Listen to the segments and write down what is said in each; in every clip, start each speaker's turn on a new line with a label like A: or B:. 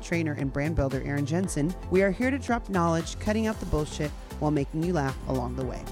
A: trainer, and brand builder Aaron Jensen, we are here to drop knowledge, cutting out the bullshit while making you laugh along the way.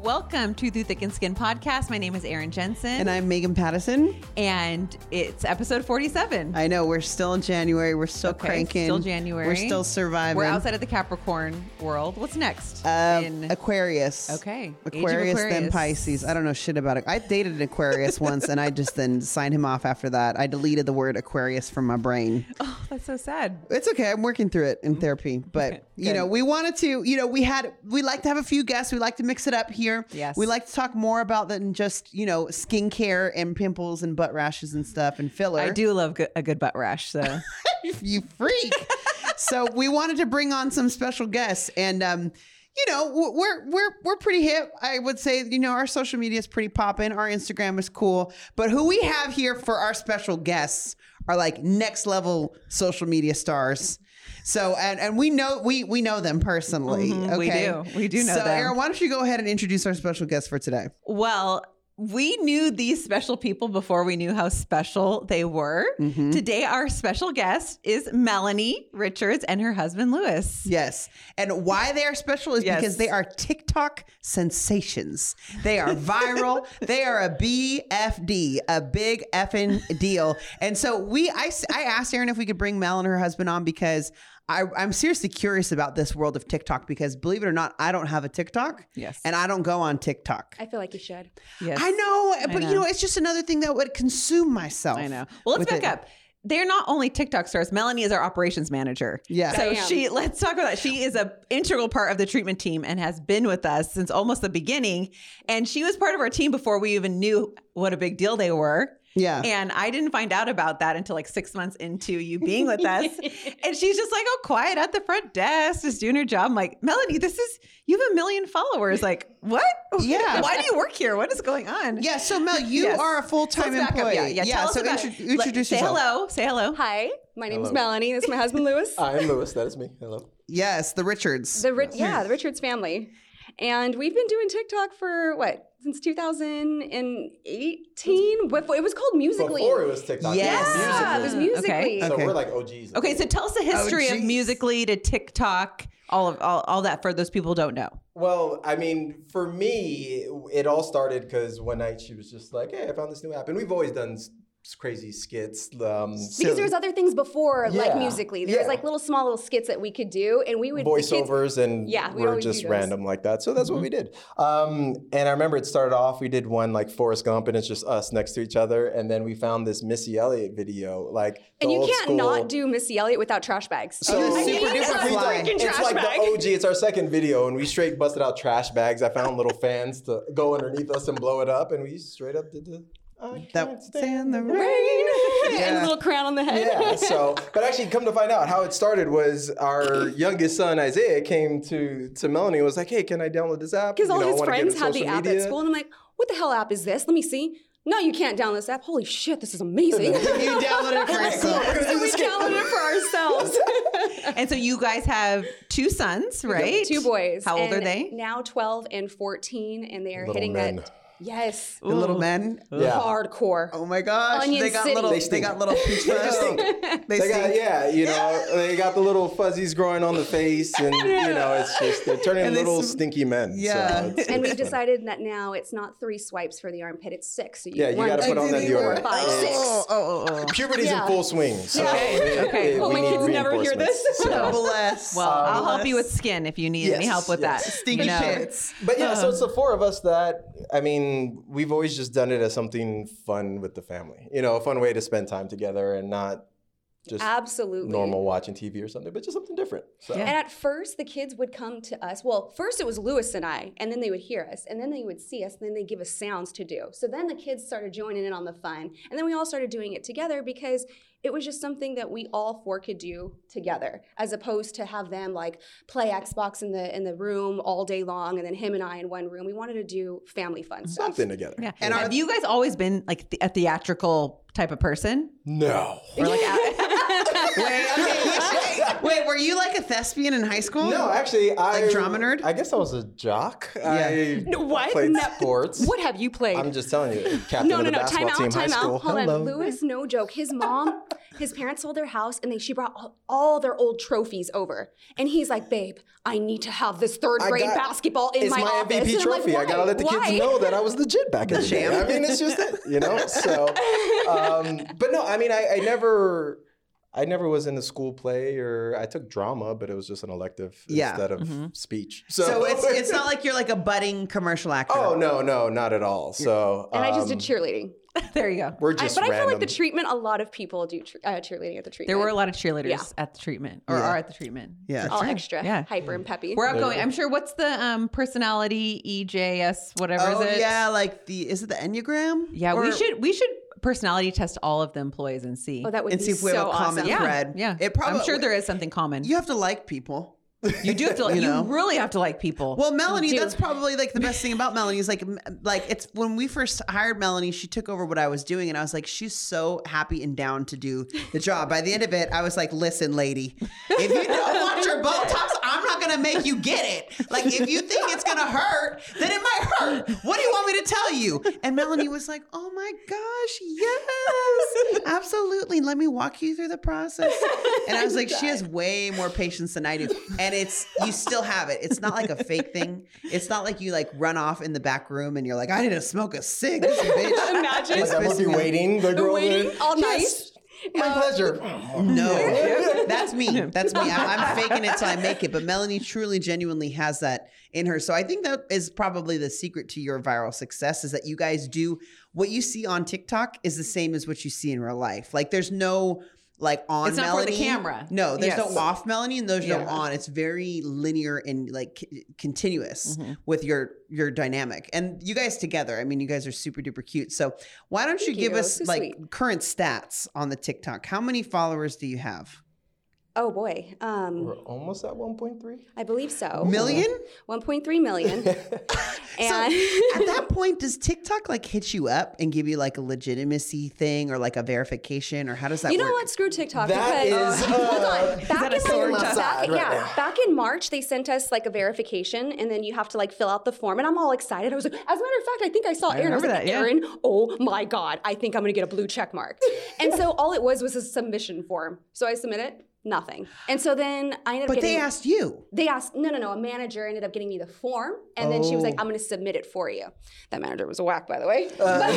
B: Welcome to the Thick and Skin podcast. My name is Erin Jensen,
A: And I'm Megan Pattison.
B: and it's episode 47.
A: I know we're still in January. We're still
B: Okay,
A: cranking.
B: Still January.
A: We're still surviving.
B: We're outside of the Capricorn world. What's next?
A: Uh,
B: in
A: Aquarius.
B: Okay. Age of
A: Aquarius, then
B: Aquarius.
A: Pisces. I don't know shit about it. I dated an Aquarius once and I just then signed him off after that. I deleted the word Aquarius from my brain.
B: oh, that's so sad.
A: It's okay. I'm working through it in therapy. But,
B: Okay,
A: you know, we wanted to, you know, we had, we like to have a few guests. We like to mix it up here.
B: Yes.
A: We like to talk more about than just, you know, skincare and pimples and butt rashes and stuff and filler.
B: I do love go- a good butt rash. So
A: you freak. so we wanted to bring on some special guests and um you know w- we're we're we're pretty hip. I would say you know our social media is pretty poppin'. Our Instagram is cool, but who we have here for our special guests are like next level social media stars. So and and we know we we know them personally.
B: Mhm, we
A: okay,
B: do. We do know
A: So
B: them.
A: Aaron, why don't you go ahead and introduce our special guest for today?
B: Well, we knew these special people before we knew how special they were.
A: Mm-hmm.
B: Today, our special guest is Melanie Richards and her husband, Lewis.
A: Yes. And why they are special is
B: Yes.
A: because they are TikTok sensations. They are viral. they are a BFD, a big effing deal. And so we, I, s- I asked Erin if we could bring Mel and her husband on because. I, I'm seriously curious about this world of TikTok because, believe it or not, I don't have a TikTok.
B: Yes.
A: And I don't go on TikTok.
C: I feel like you should.
B: Yes.
A: I know, but
B: know.
A: you know, it's just another thing that would consume myself.
B: I know. Well, let's
A: with
B: back
A: it.
B: up. They're not only TikTok stars. Melanie is our operations manager.
A: Yeah.
B: So
C: Damn.
B: she let's talk about that. She is a integral part of the treatment team and has been with us since almost the beginning. And she was part of our team before we even knew what a big deal they were.
A: Yeah.
B: And I didn't find out about that until like six months into you being with us. and she's just like, oh, quiet at the front desk, just doing her job. I'm like, Melanie, this is you have a million followers. Like, what?
A: Yeah.
B: Why do you work here? What is going on?
A: Yeah. So, Mel, you
B: Yes.
A: are a full time
B: Let's back
A: employee.
B: up. Yeah, yeah. Tell us
A: so
B: about
A: intro-
B: it. Let-
A: introduce
B: say
A: yourself.
B: hello. Say hello.
C: Hi, my name is
D: Hello. Uh,
C: Melanie. This is my husband Lewis.
D: I am Ah, Lewis. That is me. Hello.
A: Yes, the Richards.
C: The Ri- yeah, the Richards family, and we've been doing TikTok for what since 2018. Before it was called Musically.
D: Before it was TikTok.
A: Yes.
C: yeah, it was
B: Musically.
C: Musically.
D: So
A: Okay.
D: we're like OGs.
B: Okay, so tell us the history
A: Oh,
B: of
A: geez.
B: Musically to TikTok, all of all, all that for those people who don't know.
D: well, I mean, for me, it all started because one night she was just like, "Hey, I found this new app," and we've always done s- crazy skits. Um,
C: Because there was other things before, like
D: Yeah.
C: musically. There was
D: Yeah.
C: like little small little skits that we could do, and we would the kids-
D: voiceovers and
C: Yeah, we
D: we are
C: always
D: just
C: do those.
D: random like that. So that's what we did. Um, and I remember it started off, we did one like Forrest Gump and it's just us next to each other. And then we found this Missy Elliott video, like the
C: and you
D: old
C: can't
D: school-
C: not do Missy Elliott without trash bags.
D: So
A: You're
C: I
A: super
C: need
A: duper
C: a
A: fly.
C: freaking
D: it's
C: trash
D: like
C: bag.
D: the OG. It's our second video, and we straight busted out trash bags. I found little fans to go underneath us and blow it up, and we straight up did the. I
A: that
D: can't
A: stand
D: stand
A: the
D: the
A: rain.
C: and a
A: Yeah.
C: little crown on the head.
D: yeah. So, but actually, come to find out, how it started was our youngest son Isaiah came to to Melanie and was like, "Hey, can I download this app?"
C: because
D: You
C: all
D: know, I
C: his
D: wanna get
C: friends
D: into
C: had the
D: social
C: app at
D: media."
C: school, and I'm like, "What the hell app is this? Let me see." No, you can't download this app. Holy shit, this is
A: You
C: amazing.
A: downloaded it for yourself.
D: We're gonna do
C: we
D: this game.
C: downloaded it for ourselves.
B: And so you guys have two sons, right?
C: Two boys.
B: How old
C: and
B: are they?
C: Now 12 and 14, and they are
D: Little
C: hitting
D: men.
C: that. Yes.
A: The little men.
D: Yeah.
C: Hardcore.
A: Oh my gosh.
C: Onion
A: they got
C: City.
A: little
C: They
A: they,
D: stink.
A: got little peach fuzz. They
D: They got,
A: stink.
D: yeah, you know, they got the little fuzzies growing on the face, and you know, it's just they're turning
A: And they
D: little
A: sm-
D: stinky men. so
A: Yeah.
C: And
D: it's- it's
C: we've
D: funny.
C: decided that now it's not three swipes for the armpit, it's six. So you
D: Yeah, you
C: one,
D: gotta
C: two,
D: put on that
C: three, four,
D: deodorant.
C: five,
D: Oh.
C: six.
A: Oh, oh, oh, oh.
D: Puberty's
C: Yeah.
D: in full swing. So
B: Okay, okay.
C: Oh,
D: we
C: my
D: need
C: kids never hear
D: reinforcements.
C: this.
D: So-
A: Bless.
B: Well, I'll help you with
A: Bless.
B: skin if you need any
D: Yes,
B: help with
D: yes.
B: that.
A: stinky
B: You know.
A: pits.
D: But yeah, so it's the four of us that I mean, we've always just done it as something fun with the family. You know, a fun way to spend time together and not just
C: Absolutely.
D: normal watching TV or something, but just something different. So
B: Yeah.
C: And at first, the kids would come to us. Well, first it was Lewis and I, and then they would hear us, and then they would see us, and then they give us sounds to do. So then the kids started joining in on the fun, and then we all started doing it together because it was just something that we all four could do together, as opposed to have them like play Xbox in the in the room all day long, and then him and I in one room. We wanted to do family fun stuff.
D: Something together.
B: Yeah.
A: And
B: And
A: our-
B: have you guys always been like th- a theatrical type of person?
D: No.
B: Or like, a-
A: Wait, okay, wait, wait, were you like a thespian in high school?
D: No, actually, I
A: Like drama nerd?
D: I guess I was a jock.
A: Yeah.
D: I
C: No, what?
D: played
C: No.
D: sports.
C: What have you played?
D: I'm just telling you, captain
C: no,
D: of
C: no,
D: the
C: no! Time
D: basketball
C: out,
D: team, high
C: time out.
D: school.
C: Hold
D: Hello.
C: on, Lewis. No joke. His mom, his parents sold their house, and they she brought all, all their old trophies over, and he's like, "Babe, I need to have this third
D: I
C: grade
D: got-
C: basketball in
D: it's my,
C: office."
D: MVP
C: And I'm like,
D: trophy. I gotta
C: "Why?
D: let the
C: Why?"
D: kids know that I was legit back in the day. I mean, it's just it, you know. So, um, but no, I mean, I, I never, I never was in a school play or I took drama, but it was just an elective
A: Yeah.
D: instead of
C: Mm-hmm.
B: Mhm.
D: speech. So,
A: So it's it's not like you're like a budding commercial actor.
D: Oh no, no, not at all. So,
C: And I just did
D: um,
C: cheerleading.
B: there you go.
D: We're
C: I,
D: just
C: but I feel like the
D: random.
C: treatment. A lot of people do cheer- uh, cheerleading at the treatment.
B: There were a lot of cheerleaders
C: Yeah.
B: at the treatment or
A: Yeah.
B: are at the treatment.
A: Yeah.
B: For
C: all
B: sure.
C: extra,
B: Yeah.
C: hyper and peppy.
B: We're
D: There you
B: outgoing.
D: go.
B: I'm sure. What's the um, personality EJS whatever
A: Oh,
B: is it?
A: yeah, like the is it the Enneagram?
B: Yeah, we
A: Or-
B: should we should personality test all of the employees and see.
C: oh, that would
A: and
C: be
A: see if we
C: so
A: have a common
C: awesome.
B: yeah,
A: thread.
B: yeah.
A: It probably-
B: I'm sure there is something common.
A: You have to like people.
B: You do have to. Like,
A: You
B: you,
A: know?
B: really have to like people.
A: Well, Melanie,
C: Dude.
A: that's probably like the best thing about Melanie is like, m- like it's when we first hired Melanie, she took over what I was doing, and I was like, she's so happy and down to do the job. By the end of it, I was like, listen, lady, if you don't want your Botox, I'm not gonna make you get it. Like, if you think it's gonna hurt, then it might hurt. What do you want me to tell you? And Melanie was like, oh my gosh, yes, absolutely. Let me walk you through the process. And I was like, she has way more patience than I do. And it's you still have it. It's not like a fake thing. It's not like you like run off in the back room and you're like, I need to smoke a cig, this bitch.
C: Imagine
D: Like, I must be waiting. The girl
C: waiting Oh,
D: in-
C: all night. Oh,
D: Yes, My pleasure.
A: No, that's me. That's me. I'm, I'm faking it till I make it. But Melanie truly, genuinely has that in her. So I think that is probably the secret to your viral success is that you guys do what you see on TikTok is the same as what you see in real life. Like there's no like on
B: It's not for the
A: Melanie
B: camera.
A: No, there's
B: Yes.
A: no off Melanie and there's no
B: Yeah.
A: on. It's very linear and like c- continuous
C: Mm-hmm.
A: with your your dynamic and you guys together. I mean, you guys are super duper cute. So why don't you
C: Thank
A: give
C: you.
A: us
C: So
A: like
C: sweet.
A: current stats on the TikTok? How many followers do you have?
C: Oh boy,
D: We're
C: um,
D: almost at 1.3.
C: I believe so.
A: Million?
C: 1.3 million. and
A: At that point, does TikTok like hit you up and give you like a legitimacy thing or like a verification or how does that
C: you know
A: work?
C: what? Screw TikTok.
D: That
C: because,
D: is,
C: hold
D: uh,
C: on.
D: is
C: Back
B: that a
C: in
B: sword
C: like,
B: to
C: back,
D: side right
C: yeah,
D: there?
C: back in March, they sent us like a verification, and then you have to like fill out the form. And I'm all excited. I was like, as a matter of fact, I think I saw Aaron. I was
B: remember that,
C: like,
B: yeah.
C: Aaron, oh my god, I think I'm gonna get a blue check mark. and so all it was was a submission form. So I submit it. Nothing. And so then I ended up
A: But they
C: getting.
A: asked you.
C: they asked no no no a manager ended up getting me the form and then she was like
A: Oh.
C: i'm going to submit it for you that manager was a whack by the way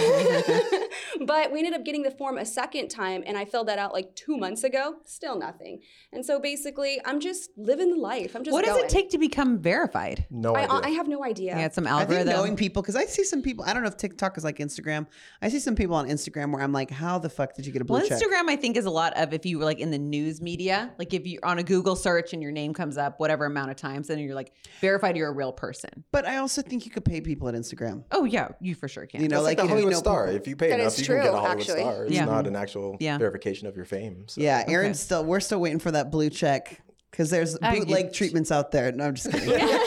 C: but, but we ended up getting the form a second time and i filled that out like two months ago still nothing and so basically i'm just living the life i'm just
B: what does
C: going.
B: it take to become verified?
D: No
C: I, uh,
D: idea.
C: I have no idea
B: Yeah, it's some
A: I think
B: algorithm.
A: knowing people because I see some people. I don't know if TikTok is like Instagram. I see some people on Instagram where I'm like, "How the fuck did you get a blue
B: Well,
A: check?"
B: Instagram, I think, is a lot of if you were like in the news media, like if you're on a Google search and your name comes up whatever amount of times, then you're like verified you're a real person.
A: But I also think you could pay people at Instagram.
B: Oh yeah, you for sure can.
A: You know,
D: That's like, the
A: you know,
D: Hollywood
A: you know
D: star.
A: people-
D: If you pay
C: That
D: enough,
C: is
D: you can get
C: true,
D: a Hollywood
C: actually.
D: star. It's
B: Yeah.
D: not an actual
B: Yeah.
D: verification of your fame. So.
A: Yeah, Aaron's still. We're still waiting for that blue check because there's
B: I
A: bootleg
B: get-
A: treatments out there. No, I'm just kidding.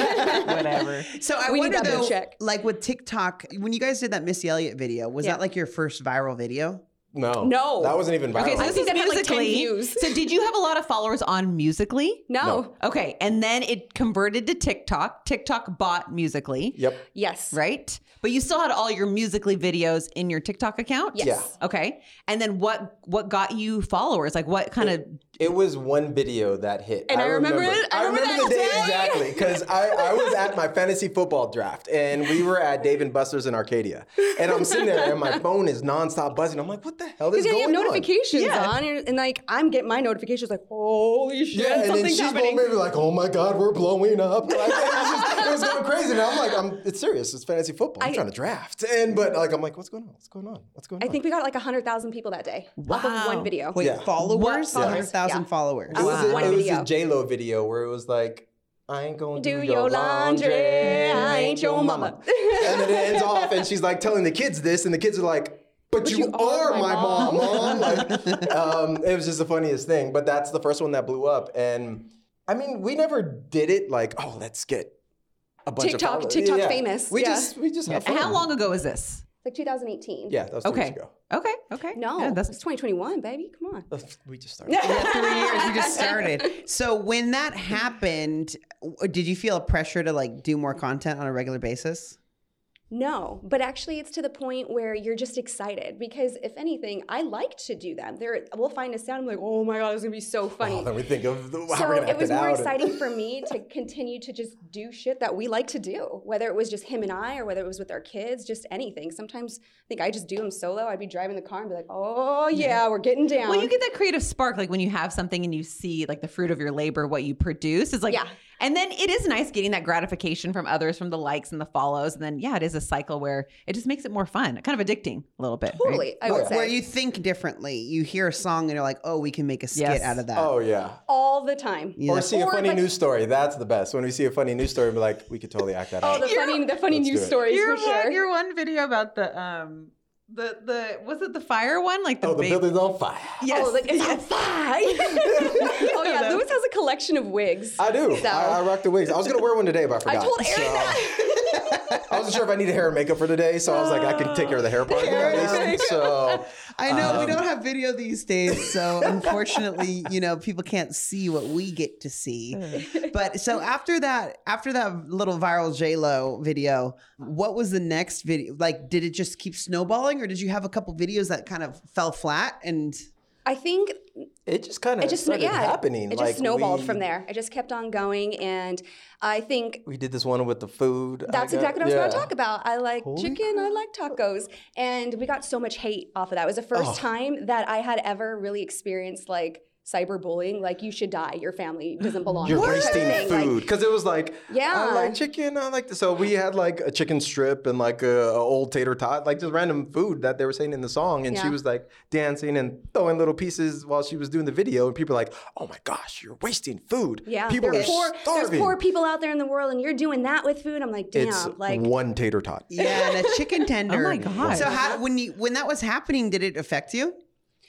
B: whatever.
A: So I
C: We need
A: wonder
C: that blue
A: though,
C: check.
A: like with TikTok, when you guys did that Missy Elliott video, was
C: Yeah.
A: that like your first viral video?
D: No.
C: No.
D: That wasn't even viral.
B: Okay, so
C: I
B: this
C: think
B: is
C: that had, like, 10
B: musically.
C: views.
B: so did you have a lot of followers on Musically?
C: no.
D: No.
B: Okay, and then it converted to TikTok. TikTok bought Musically,
D: yep.
C: yes
B: right? But you still had all your Musically videos in your TikTok account.
C: yes
D: Yeah.
B: Okay, and then what? What got you followers? Like what kind of?
D: It was one video that hit.
C: And I remember it. I
D: I
C: remember
D: remember,
C: that
D: the day
C: day.
D: exactly because I, I was at my fantasy football draft and we were at Dave and Buster's in Arcadia. And I'm sitting there and my phone is nonstop buzzing. I'm like, what the hell
C: because
D: is
C: yeah, you
D: going
C: have
D: on?
C: notifications
B: Yeah.
C: on, and, and, like I'm getting my notifications, like holy shit,
D: Yeah, and then
C: something's
D: she's
C: happening.
D: going maybe like, "Oh my God, we're blowing up!" Like, it, was just- it was going crazy, and I'm like, "I'm it's serious. It's fantasy football. I'm
C: I-
D: trying to draft." And but like, I'm like, "What's going on? What's going on? What's going
C: I
D: on?"
C: think we got like hundred thousand people that day off of
B: Wow.
C: one video.
A: Wait,
D: Yeah.
A: followers?
C: What? Yeah.
A: 100,000
C: Yeah.
A: followers.
D: it was,
C: Wow.
D: a,
C: One
D: it was
C: video.
D: a J Lo video where it was like, "I ain't gonna do,
C: Do your laundry. I ain't your mama.
D: and then it ends off, and she's like telling the kids this, and the kids are like. but, you, are, my mom, mom. Like, um, it was just the funniest thing. But that's the first one that blew up. And I mean, we never did it like, oh, let's get a bunch
C: TikTok-
D: of followers.
C: TikTok famous,
D: We
C: yeah.
D: just we just have fun.
B: How long ago was this?
C: Like 2018.
D: Yeah, that was two
B: Okay.
D: years ago.
B: Okay. Okay.
C: No,
B: Yeah,
C: that's
B: that's
C: 2021, baby. Come on.
D: We just started.
A: Yeah, three years. You just started. So when that happened, w- did you feel a pressure to like do more content on a regular basis?
C: No, but actually, it's to the point where you're just excited because if anything, I like to do them. There, we'll find a sound. I'm like, oh my god, it's gonna be so funny.
D: Oh, then we think of the, how
C: so
D: we're gonna
C: it
D: act
C: was more
D: out. and-
C: exciting for me to continue to just do shit that we like to do, whether it was just him and I or whether it was with our kids, just anything. Sometimes I think I just do them solo. I'd be driving the car and be like, oh yeah, we're getting down.
B: Well, you get that creative spark, like when you have something and you see like the fruit of your labor, what you produce is like,
C: Yeah.
B: And then it is nice getting that gratification from others, from the likes and the follows, and then yeah, it is a cycle where it just makes it more fun, kind of addicting a little bit. right?
C: totally, I would
D: Where-
C: say.
A: Where you think differently. You hear a song and you're like, oh, we can make a skit
B: Yes.
A: out of that.
D: Oh yeah.
C: all the time.
A: Yeah.
D: Or see a
C: Or
D: funny
C: like-
D: news story. That's the best. When we see a funny news story, we're like, we could totally act that
C: Oh,
D: out.
C: the funny, the funny
D: Let's
C: news
D: do it.
C: stories
B: Your
C: for
B: one,
C: sure.
B: your one video about the um, the the was it the fire one, like the
D: oh, the
B: big-
D: building's on fire.
B: Yes.
C: Oh, like it's on fire. oh yeah, Lewis has a collection of wigs.
D: I do.
C: So-
D: I, I rock the wigs. I was gonna wear one today, but I
C: I
D: forgot.
C: told Aaron
D: So,
C: that.
D: I wasn't sure if I needed hair and makeup for today, so I was like, I can take care of the hair part.
A: Hair and
D: at least. So
A: I know we
D: Um,
A: don't have video these days, so unfortunately, you know, people can't see what we get to see. But so after that, after that little viral J Lo video, what was the next video? Like, did it just keep snowballing, or did you have a couple videos that kind of fell flat? And
C: I think
D: it just kind
C: it
D: of
C: just
D: started
C: yeah,
D: happening.
C: It just
D: Like,
C: snowballed
D: we-
C: from there. I just kept on going, and I think
D: We did this one with the food. I
C: That's
D: got-
C: exactly what I was going to
D: yeah.
C: talk about. I like
D: Holy
C: chicken. I like tacos, and we got so much hate off of that. It was the first
D: Oh.
C: time that I had ever really experienced like cyberbullying. Like you should die. Your family doesn't belong.
D: You're
C: here," type of
D: wasting
C: thing. Like,
D: food because it was like
C: Yeah.
D: I like chicken. I like this. so we had like a chicken strip and like a, a old tater tot, like just random food that they were saying in the song, and she
C: Yeah.
D: was like dancing and throwing little pieces while she was doing the video, and people were like, "Oh my gosh, you're wasting food.
C: yeah,
D: people
C: there
D: are
C: are poor,
D: starving.
C: there's poor people out there in the world, and you're doing that with food. I'm like, damn,
D: it's
C: like
D: one tater tot.
A: yeah, and a chicken tender.
B: Oh my God.
A: So how when you when that was happening, did it affect you?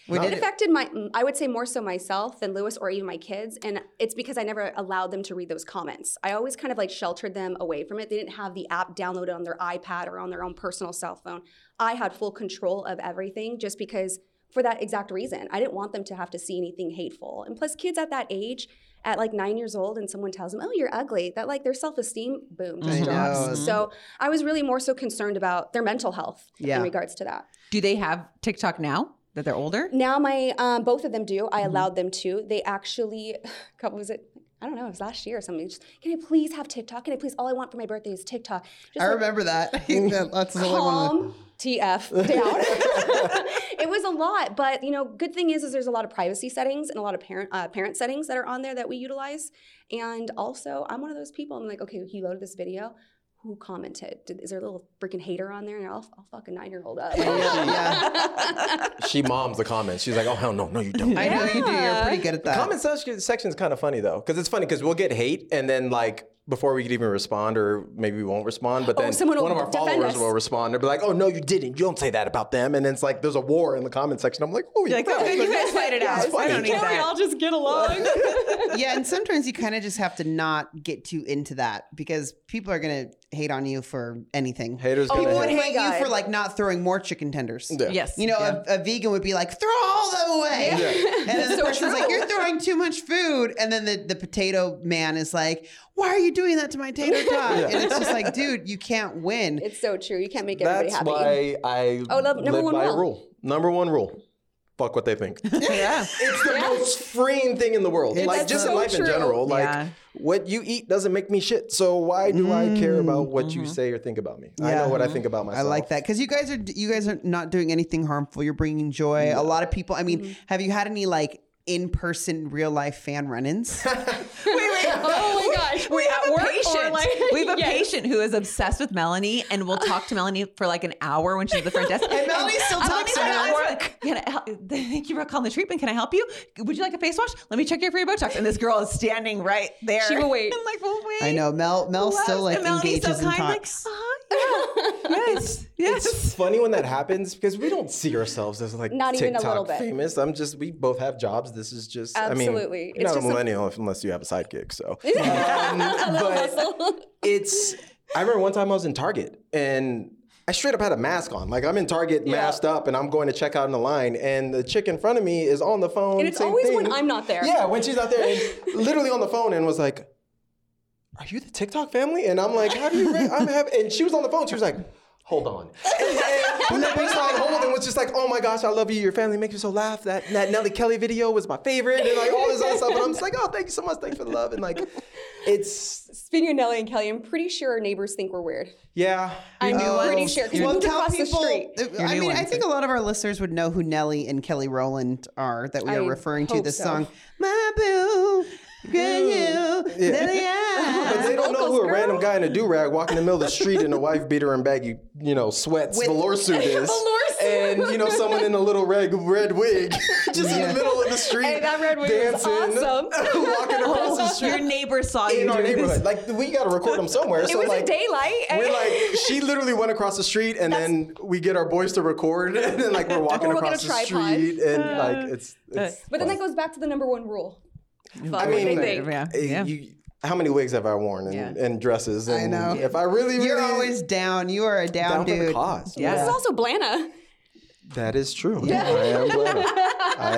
A: Or
D: No.
A: did
C: it affected my mm, i would say more so myself than lewis or even my kids and it's because i never allowed them to read those comments i always kind of like sheltered them away from it they didn't have the app downloaded on their ipad or on their own personal cell phone i had full control of everything just because for that exact reason i didn't want them to have to see anything hateful and plus kids at that age at like nine years old and someone tells them oh you're ugly that like their self-esteem boom just
A: I
C: drops
A: know.
C: so i was really more so concerned about their mental health
A: Yeah.
C: in regards to that
B: Do they have TikTok now that they're older?
C: now my um, both of them do.
A: Mm-hmm.
C: I allowed them to. They actually, God, what was it? I don't know. It was last year or something. Just, can I please have TikTok? Can I please? All I want for my birthday is TikTok. Just
A: I
C: like,
A: remember that. That- That's the only one.
C: calm TF down. it was a lot, but you know, good thing is, is there's a lot of privacy settings and a lot of parent uh, parent settings that are on there that we utilize. And also, I'm one of those people. I'm like, okay, he loaded this video. Who commented? Did, is there a little freaking hater on there? And I'll, I'll fuck a nine year old up.
D: She moms the comments. She's like, "Oh hell no, no you don't."
A: I know you do. You're pretty good at
C: Uh,
A: that.
D: Comment section section is kind of funny though, because it's funny because we'll get hate and then like before we could even respond or maybe we won't respond, but
C: Oh,
D: then
C: someone will
D: one of our
C: defend
D: followers
C: us.
D: will respond. They'll be like, "Oh no, you didn't. You don't say that about them." And then it's like there's a war in the comment section. I'm like, "Oh,
B: You're like, okay, you guys fight it out. I don't need
D: Can't
B: that.
C: just get along?
A: yeah, and sometimes you kind of just have to not get too into that because people are gonna hate on you for anything.
D: Haters
A: people
D: gonna
A: would
D: hate.
A: hate
C: God.
A: you for like not throwing more chicken tenders.
D: Yeah.
B: Yes.
A: You know,
B: Yeah.
A: a, a vegan would be like, throw all of them away.
D: Yeah.
A: And then the
C: So
A: person's like,
C: true.
A: you're throwing too much food. And then the, the potato man is like, why are you doing that to my tater tot?
D: Yeah.
A: And it's just like, dude, you can't win.
C: It's so true. You can't make everybody
D: That's
C: happy.
D: why I
C: Oh, love- number
D: live
C: one
D: by a
C: rule.
D: rule. Number one rule: fuck what they think.
B: yeah.
D: It's the most freeing thing in the world.
A: It's
D: like just
C: so
D: in life
C: true.
D: in general. Like
B: Yeah.
D: what you eat doesn't make me shit. So why do I care about what
C: Mm-hmm.
D: you say or think about me? I
A: Yeah.
D: know what I think about
A: I
D: myself.
A: like that because you guys are you guys are not doing anything harmful. You're bringing joy. A lot of people. I mean, have you had any like in person, real life fan run-ins?
C: Oh my gosh.
B: We have, a patient. we have a
C: Yes.
B: patient who is obsessed with Melanie, and will talk to Melanie for like an hour when she's at the front desk. and
A: Melanie still talks to her.
B: work. Can I help? Thank you for calling the treatment. Can I help you? Would you like a face wash? Let me check your free Botox. And this girl is standing right there.
C: She will wait.
B: I'm like, well, wait.
A: I know Mel. Mel
B: Loves-
A: still like
B: and Melanie's
A: engages
B: so
A: and
B: kind, like,
A: talks.
B: uh-huh, yes. Yes.
D: It's funny when that happens because we don't see ourselves as like
C: Not even a
D: TikTok
C: little bit.
D: famous. I'm just we both have jobs. This is just I mean,
C: Absolutely.
D: you're
C: It's
D: not a
C: just a-
D: millennial if- unless you have a sidekick. So,
C: A
D: um,
C: little
D: but
C: hustle.
D: it's. I remember one time I was in Target and I straight up had a mask on. Like I'm in Target masked up and I'm going to check out in the line and the chick in front of me is on the phone.
C: And it's
D: same
C: always when
D: thing.
C: I'm not there.
D: Yeah, when she's out there and literally on the phone and was like, Are you the TikTok family? And I'm like, How do you re- I'm happy and she was on the phone, she was like, Hold on. And, and put that person on hold and was just like, Oh my gosh, I love you. Your family makes me so laugh. That that Nelly Kelly video was my favorite and like all this other stuff. And I'm just like, Oh, thank you so much. Thanks for the love. And like it's
C: Speaking of Nelly and Kelly, I'm pretty sure our neighbors think we're weird.
D: yeah.
C: I'm
D: Uh,
C: pretty sure because we
A: Well,
C: moved
A: tell
C: across
A: people.
C: the street.
B: Your
A: I
B: new
A: mean, I
B: ones.
A: think a lot of our listeners would know who Nelly and Kelly Rowland are that we
C: I
A: are referring to.
C: hope
A: This
C: so.
A: song, "My Boo, Good You, Nelly
D: But
A: I."
D: they don't know
C: Locals,
D: who a
C: girl.
D: random guy in a do rag walking in the middle of the street in a wife beater and baggy, you know, sweats,
A: With-
D: velour suit
C: Velour
D: is,
C: suit.
D: and you know, someone in a little red red wig, just in the middle of the street,
C: Hey, that red wig was
D: dancing,
C: awesome.
D: walking across the street
B: Your neighbor saw you
D: in our
B: doing this.
D: neighborhood. Like we got to record them somewhere.
C: It
D: so
C: was a
D: like,
C: eh? daylight.
D: We're like, she literally went across the street, and then we get our boys to record, and then like we're walking
C: We're walking
D: across
C: a
D: the
C: tripod. Uh,
D: street, and like it's. it's
C: but then that goes back to the number one rule. Fuck
D: I
C: what they
D: mean,
C: think.
B: Yeah.
D: eh,
B: yeah.
D: you- how many wigs have I worn and,
B: Yeah.
D: and dresses? And
A: know.
D: If I really, really
A: You're always down. You are a down,
D: down for the
A: dude.
D: cause.
B: Yeah.
C: This is also Blana.
D: That is true. I am glad. I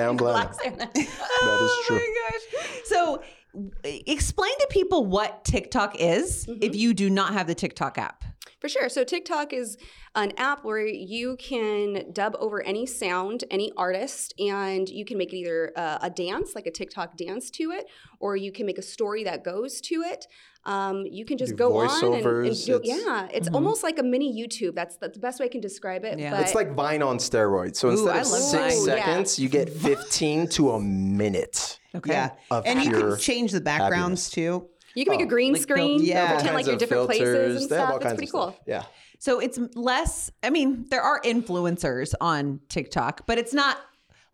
D: am glad. That is true.
B: Oh my gosh. So w- explain to people what TikTok is
D: Mm-hmm.
B: if you do not have the TikTok app.
C: For sure. So TikTok is an app where you can dub over any sound, any artist, and you can make it either uh, a dance, like a TikTok dance to it, or you can make a story that goes to it. Um, you can just
D: Do
C: go on and, and
D: voiceovers,
C: do-
D: it's-
C: yeah, it's almost like a mini YouTube. That's that's the best way I can describe it.
B: Mm-hmm. Yeah.
C: But
D: It's like Vine on steroids. So instead
B: I
D: of
B: love
D: six
B: Vine.
C: Ooh, yeah.
D: seconds, you get 15 to a minute.
B: Okay.
A: Yeah,
D: Of
A: and you
D: pure
A: can change the backgrounds too.
C: you can make a green
B: oh, Like build-
C: screen,
A: yeah. All
C: pretend like
D: Kinds
C: you're
D: of
C: different places and
D: filters. They have
C: stuff.
D: all
C: It's
D: kinds
C: pretty
D: of
C: cool.
D: stuff. Yeah.
B: So it's less, I mean, there are influencers on TikTok, but it's not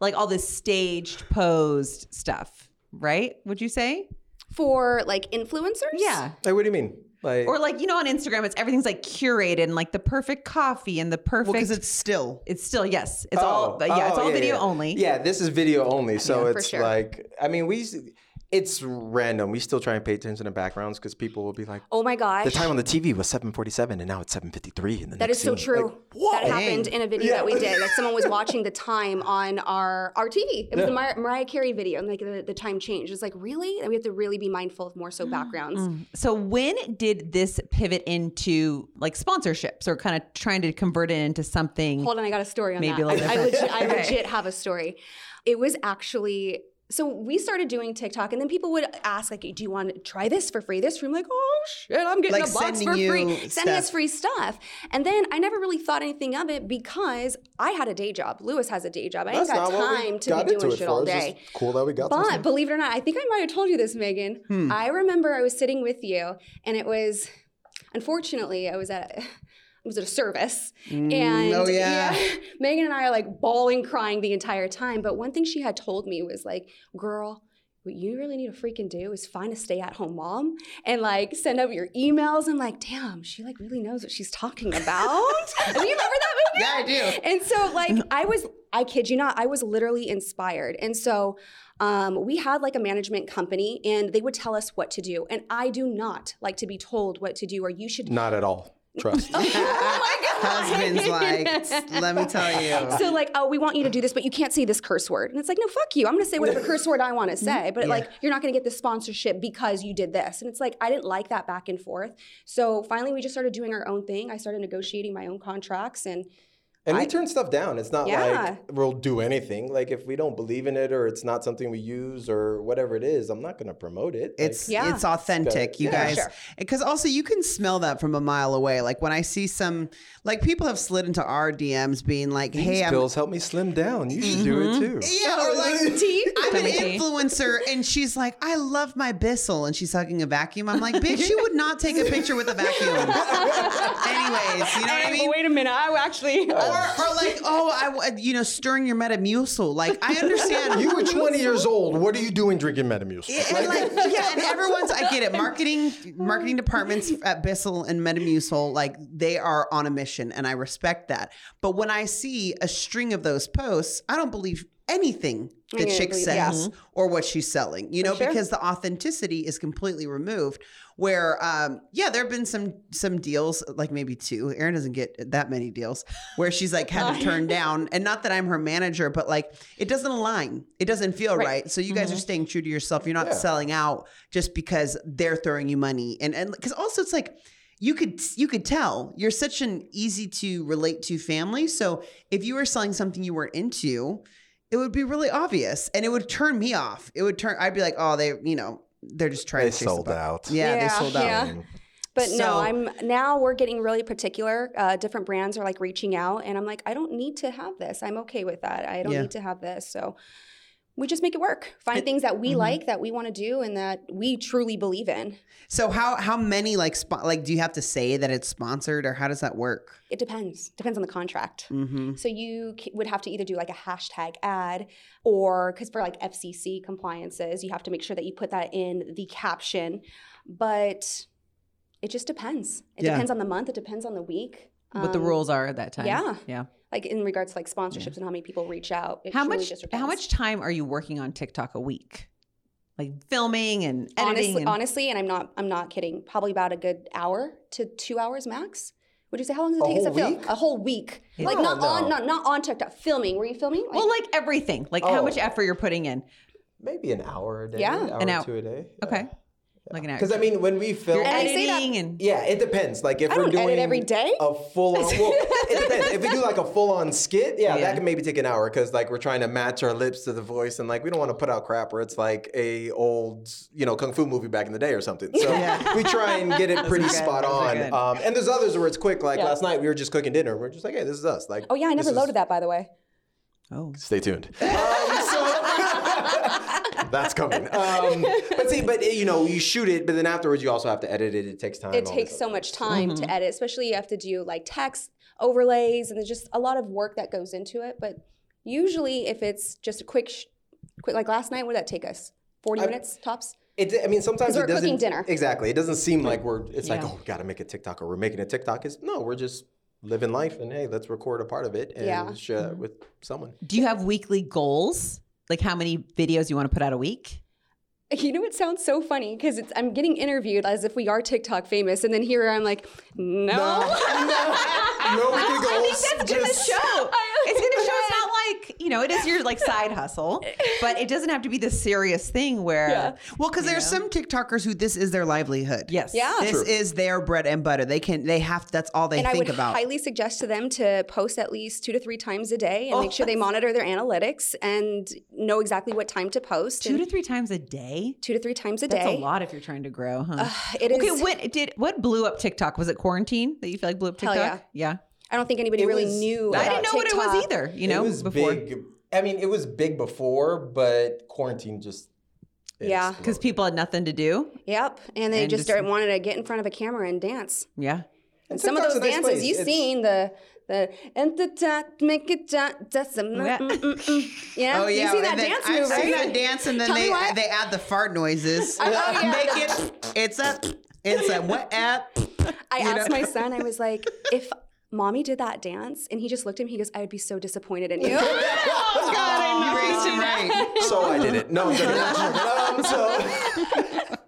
B: like all this staged, posed stuff, right? Would you say?
C: For like influencers,
B: Yeah.
D: Like, what do you mean? Like,
B: Or like, you know, on Instagram, it's everything's like curated and like the perfect coffee and the perfect.
A: Because it's still.
B: it's still, yes, it's
D: Oh,
B: all, but yeah, it's
D: oh,
B: all video
D: yeah.
B: only.
D: Yeah, this is video only. So
C: Yeah, for
D: it's
C: sure.
D: like, I mean, we, s- it's random. We still try and pay attention to backgrounds because people will be like,
C: Oh my gosh.
D: the time on the TV was 7:47 and now it's 7:53 in the
C: That
D: next
C: is so
D: scene."
C: true.
D: Like, whoa.
C: that happened in a video that we
D: Yeah.
C: did. Like someone was watching the time on our our TV. It was the Mar- Mariah Carey video, and like the, the time changed. It's like really, and we have to really be mindful of more
D: Mm.
C: so backgrounds.
B: So when did this pivot into like sponsorships or kind of trying to convert it into something?
C: Hold on, I got a story on
B: Maybe a
C: that.
B: little
C: I, I,
B: different.
C: legit, I
B: Okay.
C: legit have a story. It was actually so we started doing TikTok, and then people would ask like, "Do you want to try this for free? This?" free?" I'm like, "Oh shit, I'm getting
A: Like
C: a box
A: sending
C: for
A: you
C: free, sending us
A: stuff.
C: free stuff." And then I never really thought anything of it because I had a day job. Lewis has a day job. I ain't got time to be doing shit all day.
D: cool that we got
C: But believe it or not, I think I might have told you this, Megan. I remember I was sitting with you, and it was unfortunately I was at. I was at a service, and
A: oh, yeah.
C: Megan and I are like bawling, crying the entire time. But one thing she had told me was like, "Girl, what you really need to freaking do is find a stay-at-home mom and like send out your emails." I'm like, "Damn, she like really knows what she's talking about." do you remember that movie?
A: Yeah, I do.
C: and so like i was i kid you not i was literally inspired and so um, we had like a management company and they would tell us what to do and i do not like to be told what to do or you should
D: Not at all. Trust.
C: Oh
A: Husband's like, let me tell you.
C: so like oh we want you to do this but you can't say this curse word and it's like no fuck you i'm going to say whatever curse word i want to say but like you're not going to get this sponsorship because you did this and it's like i didn't like that back and forth so finally we just started doing our own thing i started negotiating my own contracts and
D: and we turn stuff down. It's not
C: Yeah.
D: like we'll do anything. Like if we don't believe in it or it's not something we use or whatever it is, I'm not going to promote it. Like,
A: It's
C: Yeah.
A: it's authentic, you
D: Yeah,
A: guys.
C: sure.
A: Because also you can smell that from a mile away. Like when I see some, like people have slid into our DMs being like,
D: these
A: "Hey, I'm
D: pills help me slim down. You should
C: Mm-hmm.
D: do it too.
A: yeah," or like,
C: tea
A: "I'm an
B: Tea.
A: influencer," and she's like, "I love my Bissell," and she's hugging a vacuum. I'm like, "Bitch, you would not take a picture with a vacuum." Anyways, you know what I
C: Hey, but
A: mean?
C: wait a minute. I actually I
A: Or, or like, oh, I, wa- you know, stirring your Metamucil. Like, I understand.
D: You were 20 years old. What are you doing drinking Metamucil?
A: And like, yeah, and everyone's, I get it. Marketing, marketing departments at Bissell and Metamucil, like they are on a mission and I respect that. But when I see a string of those posts, I don't believe anything that
C: Yeah,
A: chick
C: believe-
A: says
C: yeah.
A: or what she's selling, you know,
C: sure.
A: because the authenticity is completely removed where, um, yeah, there've been some, some deals like maybe two, Erin doesn't get that many deals where she's like had to turn down and not that I'm her manager, but like, it doesn't align. It doesn't feel right.
C: Right.
A: So you guys are staying true to yourself. You're not selling out just because they're throwing you money. And and because also it's like you could you could tell you're such an easy to relate to family. So if you were selling something you weren't into, it would be really obvious, and it would turn me off. It would turn. I'd be like, oh, they you know they're just trying
D: They
A: to chase the
D: sold
A: buck.
D: out.
A: Yeah, they
C: Yeah,
A: sold out.
C: yeah. But
A: So-
C: no, I'm now we're getting really particular. Uh, different brands are like reaching out, and I'm like, I don't need to have this. I'm okay with that. I don't
A: Yeah.
C: need to have this. So we just make it work. Find things that
A: Mm-hmm.
C: we like, that we want to do, and that we truly believe in.
A: So how how many like spot like do you have to say that it's sponsored or how does that work?
C: It depends. Depends on the contract.
A: Mm-hmm.
C: So you c- would have to either do like a hashtag ad, or because for like FCC compliances, you have to make sure that you put that in the caption. But it just depends. It
A: Yeah.
C: depends on the month. It depends on the week.
B: What the
C: Um,
B: rules are at that time.
C: yeah.
B: Yeah.
C: like in regards to like sponsorships and how many people reach out. It
B: how
C: truly
B: much
C: just
B: how
C: depends.
B: much time are you working on TikTok a week? Like filming and editing
C: Honestly,
B: and
C: honestly, and I'm not I'm not kidding. Probably about a good hour to two hours max. Would you say how long does it
D: A
C: take us to
D: whole
C: film?
D: week?
C: A whole week.
B: Yeah.
C: Like
D: Oh,
C: not
D: no.
C: on not not on TikTok. Filming. Were you filming? Like,
B: well, like everything, like how
D: Oh.
B: much effort you're putting in.
D: Maybe an hour a day.
C: Yeah.
D: hour
B: An
D: or
B: hour.
D: two a day.
B: Okay, like an hour.
D: Because I mean, when we film,
B: You're
C: And I say that-
B: editing and
D: yeah, it depends. Like if
C: I
D: we're
C: don't
D: doing
C: edit every day.
D: a full on. Well, it depends. If we do like a full on skit, yeah,
B: Yeah.
D: that can maybe take an hour because like we're trying to match our lips to the voice, and like we don't want to put out crap where it's like a old you know kung fu movie back in the day or something. So we try and get it pretty
B: good.
D: spot
B: Those are
D: on.
B: good.
D: Um, and there's others where it's quick. Like
C: Yeah.
D: last night, we were just cooking dinner. We're just like, hey, this is us. Like,
C: oh yeah, I never loaded that by the way.
B: oh,
D: Stay tuned. Um, so- that's coming. Um, but see, but you know, you shoot it, but then afterwards you also have to edit it. It takes time.
C: It
D: all
C: takes
D: this
C: so
D: other
C: much
D: stuff.
C: time
B: Mm-hmm.
C: to edit, especially you have to do like text overlays and there's just a lot of work that goes into it. But usually, if it's just a quick, sh- quick like last night, what did that take us? Forty minutes tops.
D: It, I mean, sometimes
C: 'Cause we're
D: it
C: cooking
D: doesn't.
C: dinner.
D: Exactly. It doesn't seem like we're. It's like,
B: Yeah.
D: oh, we got to make a TikTok, or we're making a TikTok. Is no, we're just living life, and hey, let's record a part of it and
C: Yeah. Mm-hmm.
D: share it with someone.
B: do you have weekly goals? Like how many videos you want to put out a week?
C: You know, it sounds so funny because I'm getting interviewed as if we are TikTok famous, and then here I'm like, no.
D: no weekly goals.
B: It's gonna
D: just-
B: show. It's gonna show. It's not like you know. It is your like side hustle, but it doesn't have to be the serious thing where.
C: Yeah.
A: Well, because there's some TikTokers who this is their livelihood.
B: Yes.
C: Yeah.
A: This is their bread and butter. They can. They have. That's all they
C: And I
A: think
C: would
A: about.
C: highly suggest to them to post at least two to three times a day and make sure
B: Oh.
C: they monitor their analytics and know exactly what time to post.
B: Two
C: and
B: to three times a day.
C: two to three times a
B: That's
C: day.
B: a lot if you're trying to grow, huh?
C: It is.
B: okay. What did what blew up TikTok? Was it quarantine that you feel like blew up
C: Hell
B: TikTok? yeah.
C: I don't think anybody
D: It
C: really
D: was-
C: knew.
B: I
C: about
B: didn't know what it was
C: TikTok.
B: either. You know,
D: it was
B: before
D: big. I mean, it was big before, but quarantine just.
C: Yeah.
B: because people had nothing to do.
C: Yep. And they
B: And
C: just
B: just-
C: started wanted to get in front of a camera and dance.
B: Yeah.
C: And some of those dances you've seen the the and the ta- make it ta- that's a
B: Yeah.
C: mm, mm, mm, mm. yeah.
A: Oh yeah,
C: You see that
A: and then-
C: dance
A: I've
C: move,
A: seen
C: right?
A: that dance, and then
C: Tell me
A: they
C: what? Oh,
A: they add the fart noises.
C: yeah.
A: Make it. It's a. It's a what app?
C: I asked my son, I was like, if mommy did that dance, and he just looked at me, he goes, I would be so disappointed in you.
A: Oh God, I you raised him right.
D: So I did it. No, I'm joking. Um, so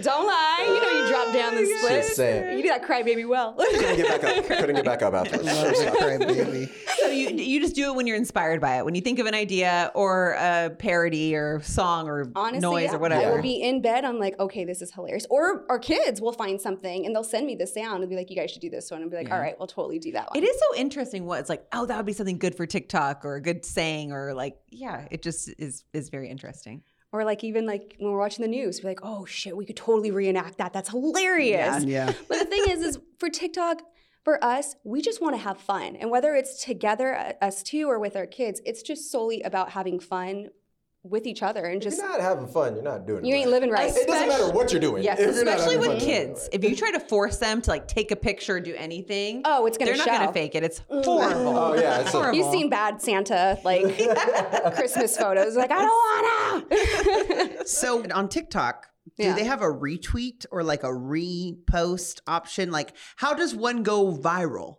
C: Don't lie. You know you drop down the split.
D: Just saying.
C: You do that crybaby well.
D: couldn't get back up. Couldn't get back up afterwards.
A: Love it, cry baby.
B: So you you just do it when you're inspired by it. When you think of an idea or a parody or song or
C: Honestly,
B: noise
C: yeah.
B: or whatever.
C: I will be in bed. I'm like, okay, this is hilarious. Or our kids will find something and they'll send me the sound and be like, you guys should do this one. And be like, all right, we'll totally do that one.
B: it is so interesting what it's like, oh, that would be something good for TikTok or a good saying or like, yeah, it just is is very interesting.
C: Or like even like when we're watching the news, we're like, oh shit, we could totally reenact that. That's hilarious.
A: Yeah.
C: But the thing is, is for TikTok, for us, we just want to have fun. And whether it's together, uh, us two, or with our kids, it's just solely about having fun with each other and
D: If
C: just
D: you're not having fun, you're not doing it.
C: you ain't
D: right.
C: living right.
D: It doesn't matter what you're doing.
C: Yes.
D: If you're not
B: Especially
D: having
B: with
D: fun, you're not doing
B: kids. If you try to force them to like take a picture or do anything,
C: Oh, it's gonna
B: they're not
C: show.
B: gonna fake it. It's horrible.
D: Oh, yeah, it's a-
B: horrible.
C: You've seen bad Santa like Christmas photos. Like I don't wanna.
A: So on TikTok, do
C: Yeah.
A: they have a retweet or like a repost option? Like, how does one go viral?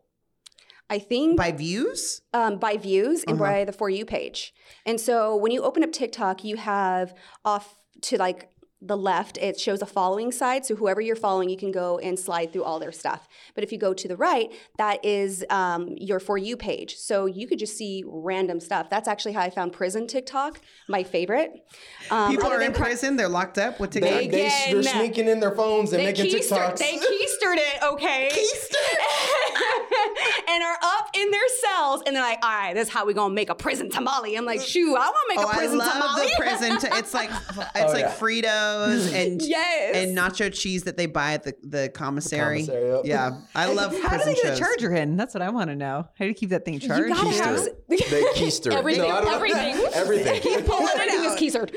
C: I think
A: By views?
C: um, by views and by the For You page. And so when you open up TikTok, you have off to like the left, it shows a following side. So whoever you're following, you can go and slide through all their stuff. But if you go to the right, that is um, your For You page. So you could just see random stuff. That's actually how I found prison TikTok, my favorite. Um,
A: People
C: other
A: are
C: than
A: in prison, they're locked up with TikTok.
D: They, they,
C: Again.
D: they're sneaking in their phones and
C: They
D: making
C: keistered,
D: TikToks.
C: they keistered it, okay? and are up in their cells, and they're like, all right, this is how we gonna make a prison tamale. I'm like, shoo, I wanna make
A: Oh,
C: a
A: I
C: prison
A: love
C: tamale.
A: the prison. T- it's like it's like
D: yeah.
A: Fritos and
C: Yes.
A: and nacho cheese that they buy at the, the commissary.
D: commissary, yep.
A: Yeah, I love
B: How do
A: prison
B: they get a
A: shows.
B: charger in? That's what I want to know. How do you keep that thing charged?
C: you gotta have
D: Keistered. They keistered.
C: Everything-
D: No, I don't Know.
C: everything.
D: everything.
C: Pull it out. is keistered.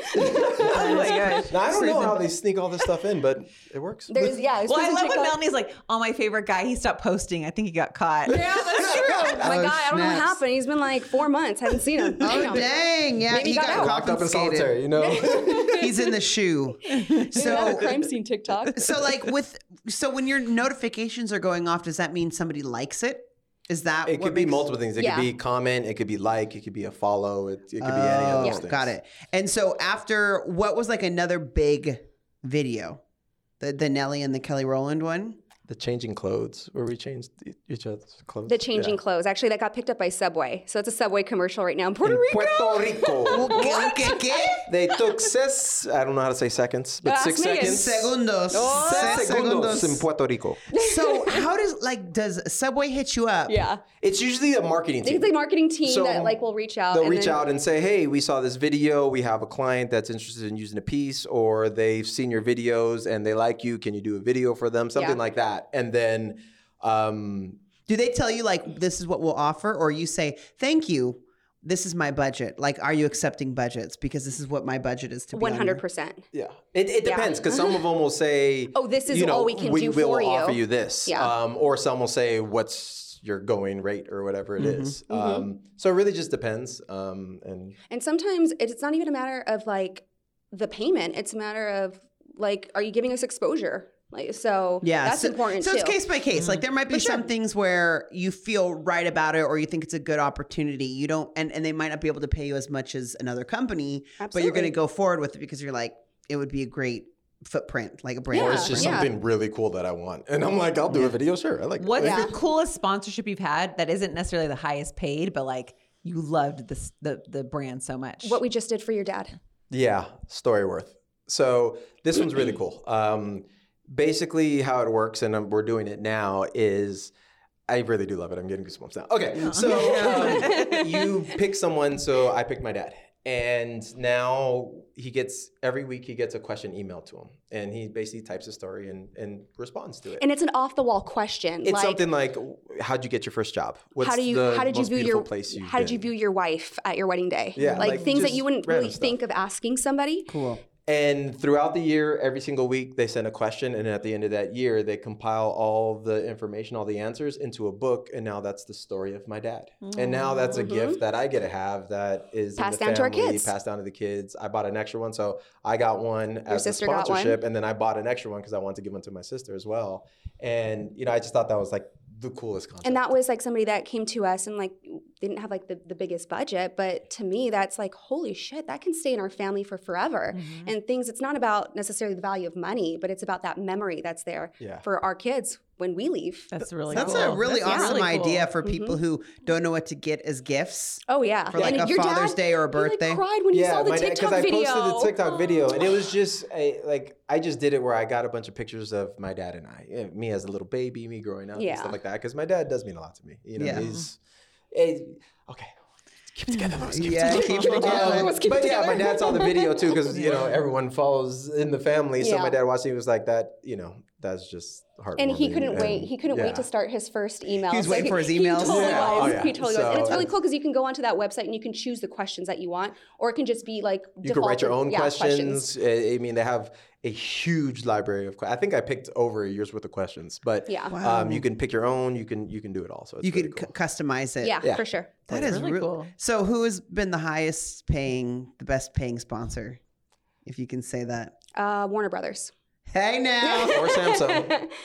B: Oh my gosh.
D: Now, I don't know how they sneak all this stuff in, but it works.
C: There's yeah. it's
B: Well, I
C: prison
B: love when
C: TikTok.
B: Melanie's like, "Oh, my favorite guy. He stopped posting. I think he got caught."
C: Yeah, that's true. my
A: Oh,
C: God, I don't know what
A: snaps.
C: happened. He's been like four months. Haven't seen him.
A: Oh
C: Damn.
A: dang! Yeah,
C: Maybe
A: he
C: he got
A: got,
C: out.
D: locked up in
A: confiscated.
D: solitary, you know?
A: He's in the shoe.
C: Isn't that a
A: So
C: crime scene TikTok.
A: so like with so when your notifications are going off, does that mean somebody likes it? Is that
D: it
A: what
D: could be
A: makes-
D: multiple things. It
C: Yeah.
D: could be comment, it could be like, it could be a follow, it, it could be any of
A: Oh,
D: those things.
A: got it. And so after what was like another big video, the the Nelly and the Kelly Rowland one.
D: The changing clothes, where we changed e- each other's clothes.
C: The changing clothes. Actually, that got picked up by Subway. So it's a Subway commercial right now in Puerto Rico.
D: Puerto Rico.
A: What? ¿Qué, qué?
D: they took six, I don't know how to say seconds, but
C: Ask
D: six
C: me.
D: seconds.
A: Segundos.
D: Seis
A: Seis
D: segundos in Puerto Rico.
A: So how does like does Subway hit you up?
C: Yeah.
D: It's usually a marketing team.
C: It's a marketing team
D: So
C: that like will reach out.
D: They'll
C: and
D: reach
C: then-
D: out and say, "Hey, we saw this video. We have a client that's interested in using a piece, or they've seen your videos and they like you. Can you do a video for them? Something
C: Yeah.
D: like that." And then, um,
A: Do they tell you like this is what we'll offer, or you say thank you? This is my budget. Like, are you accepting budgets? Because this is what my budget is to be on
C: One
A: your-
C: hundred percent.
D: yeah, it, it
C: Yeah.
D: depends because some of them will say,
C: Oh, this is
D: you know,
C: all we can do
D: will
C: for you."
D: offer you this."
C: Yeah.
D: Um, or some will say, "What's your going rate?" or whatever it
C: Mm-hmm.
D: is. Um, so it really just depends. Um, and
C: And sometimes it- it's not even a matter of like the payment; it's a matter of like, are you giving us exposure? Like, so
A: Yeah,
C: that's
A: so,
C: important
A: So
C: too.
A: it's case by case. Like there might be some things where you feel right about it, or you think it's a good opportunity. You don't, and, and they might not be able to pay you as much as another company, but you're going to
C: Absolutely.
A: go forward with it because you're like, it would be a great footprint, like a brand.
C: Or
D: it's just
C: Yeah.
D: something really cool that I want, and I'm like, "I'll do a video, sure." I like. it.
B: What's
D: Like,
B: the coolest sponsorship you've had that isn't necessarily the highest paid, but like you loved this the the brand so much?
C: what we just did for your dad.
D: Yeah, Storyworth. So this one's really cool. Um, basically, how it works, and um, we're doing it now, is I really do love it. I'm getting goosebumps now. Okay, so um, you pick someone. So I picked my dad, and now he gets every week he gets a question emailed to him, and he basically types a story and and responds to it.
C: And it's an off the wall question.
D: it's
C: like,
D: something like, how'd you get your first job? What's
C: how do you
D: the
C: how did you
D: most
C: view
D: beautiful
C: your
D: place you've
C: how did you
D: been?
C: view your wife at your wedding day?
D: Yeah,
C: like,
D: like,
C: things that
D: just
C: you wouldn't
D: random
C: really
D: stuff.
C: think of asking somebody.
A: Cool.
D: And throughout the year, every single week, they send a question. And at the end of that year, they compile all the information, all the answers into a book. And now that's the story of my dad. And now that's a gift that I get to have that is
C: Mm-hmm.
D: in
C: Passed
D: the
C: down to our
D: family,
C: kids.
D: Passed down to the kids. I bought an extra one. So I got one as
C: sister
D: a
C: got one.
D: sponsorship. And then I bought an extra one because I wanted to give one to my sister as well. And, you know, I just thought that was like the coolest concept.
C: And that was like somebody that came to us and like they didn't have like the, the biggest budget, but to me that's like holy shit, that can stay in our family for forever.
D: Mm-hmm.
B: Mm-hmm.
A: Mm-hmm.
C: And things it's not about necessarily the value of money, but it's about that memory that's there
D: Yeah.
C: for our kids when we leave.
B: That's really
A: That's
B: cool.
A: a really
B: That's
A: awesome
B: really cool.
A: idea for people who don't know what to get as gifts.
C: Oh yeah.
A: For, like,
C: Mm-hmm. and
A: a Father's Day or a birthday?
C: He, like, cried when he saw the
D: my dad-
C: TikTok
D: I
C: video.
D: posted the TikTok video, and it was just a, like I just did it where I got a bunch of pictures of my dad and I, eh, me as a little baby, me growing up, and
C: Yeah.
D: stuff like that. Because my dad does mean a lot to me. You know,
A: Yeah.
D: he's eh, okay. keep it together, Louis. Keep
A: Yeah, keep it together.
D: Um, but yeah, my dad saw the video too because you know everyone follows in the family. So
C: Yeah.
D: my dad watched it. He was like, "That you know, that's just heartwarming."
C: And he couldn't wait.
D: and-
C: He couldn't
D: yeah.
C: wait to start his first email.
A: He was waiting for his
C: he-
A: emails.
C: He totally
D: Yeah.
C: was.
D: Oh, yeah.
C: He totally was. And it's
D: So-
C: really cool because you can go onto that website and you can choose the questions that you want, or it can just be like
D: You could write your
C: defaulted-
D: own
C: yeah,
D: questions. I I mean, they have a huge library of. que- I think I picked over a year's worth of questions, but
C: Yeah.
D: um, you can pick your own. You can you can do it all. So it's
A: you
D: pretty
A: could
D: cool.
A: cu- customize it.
C: Yeah,
D: Yeah.
C: for sure.
A: that
B: That's
A: is
B: really
A: real-
B: cool.
A: So, who has been the highest paying, the best paying sponsor, if you can say that?
C: Uh, Warner Brothers.
A: Hey now,
D: or Samsung.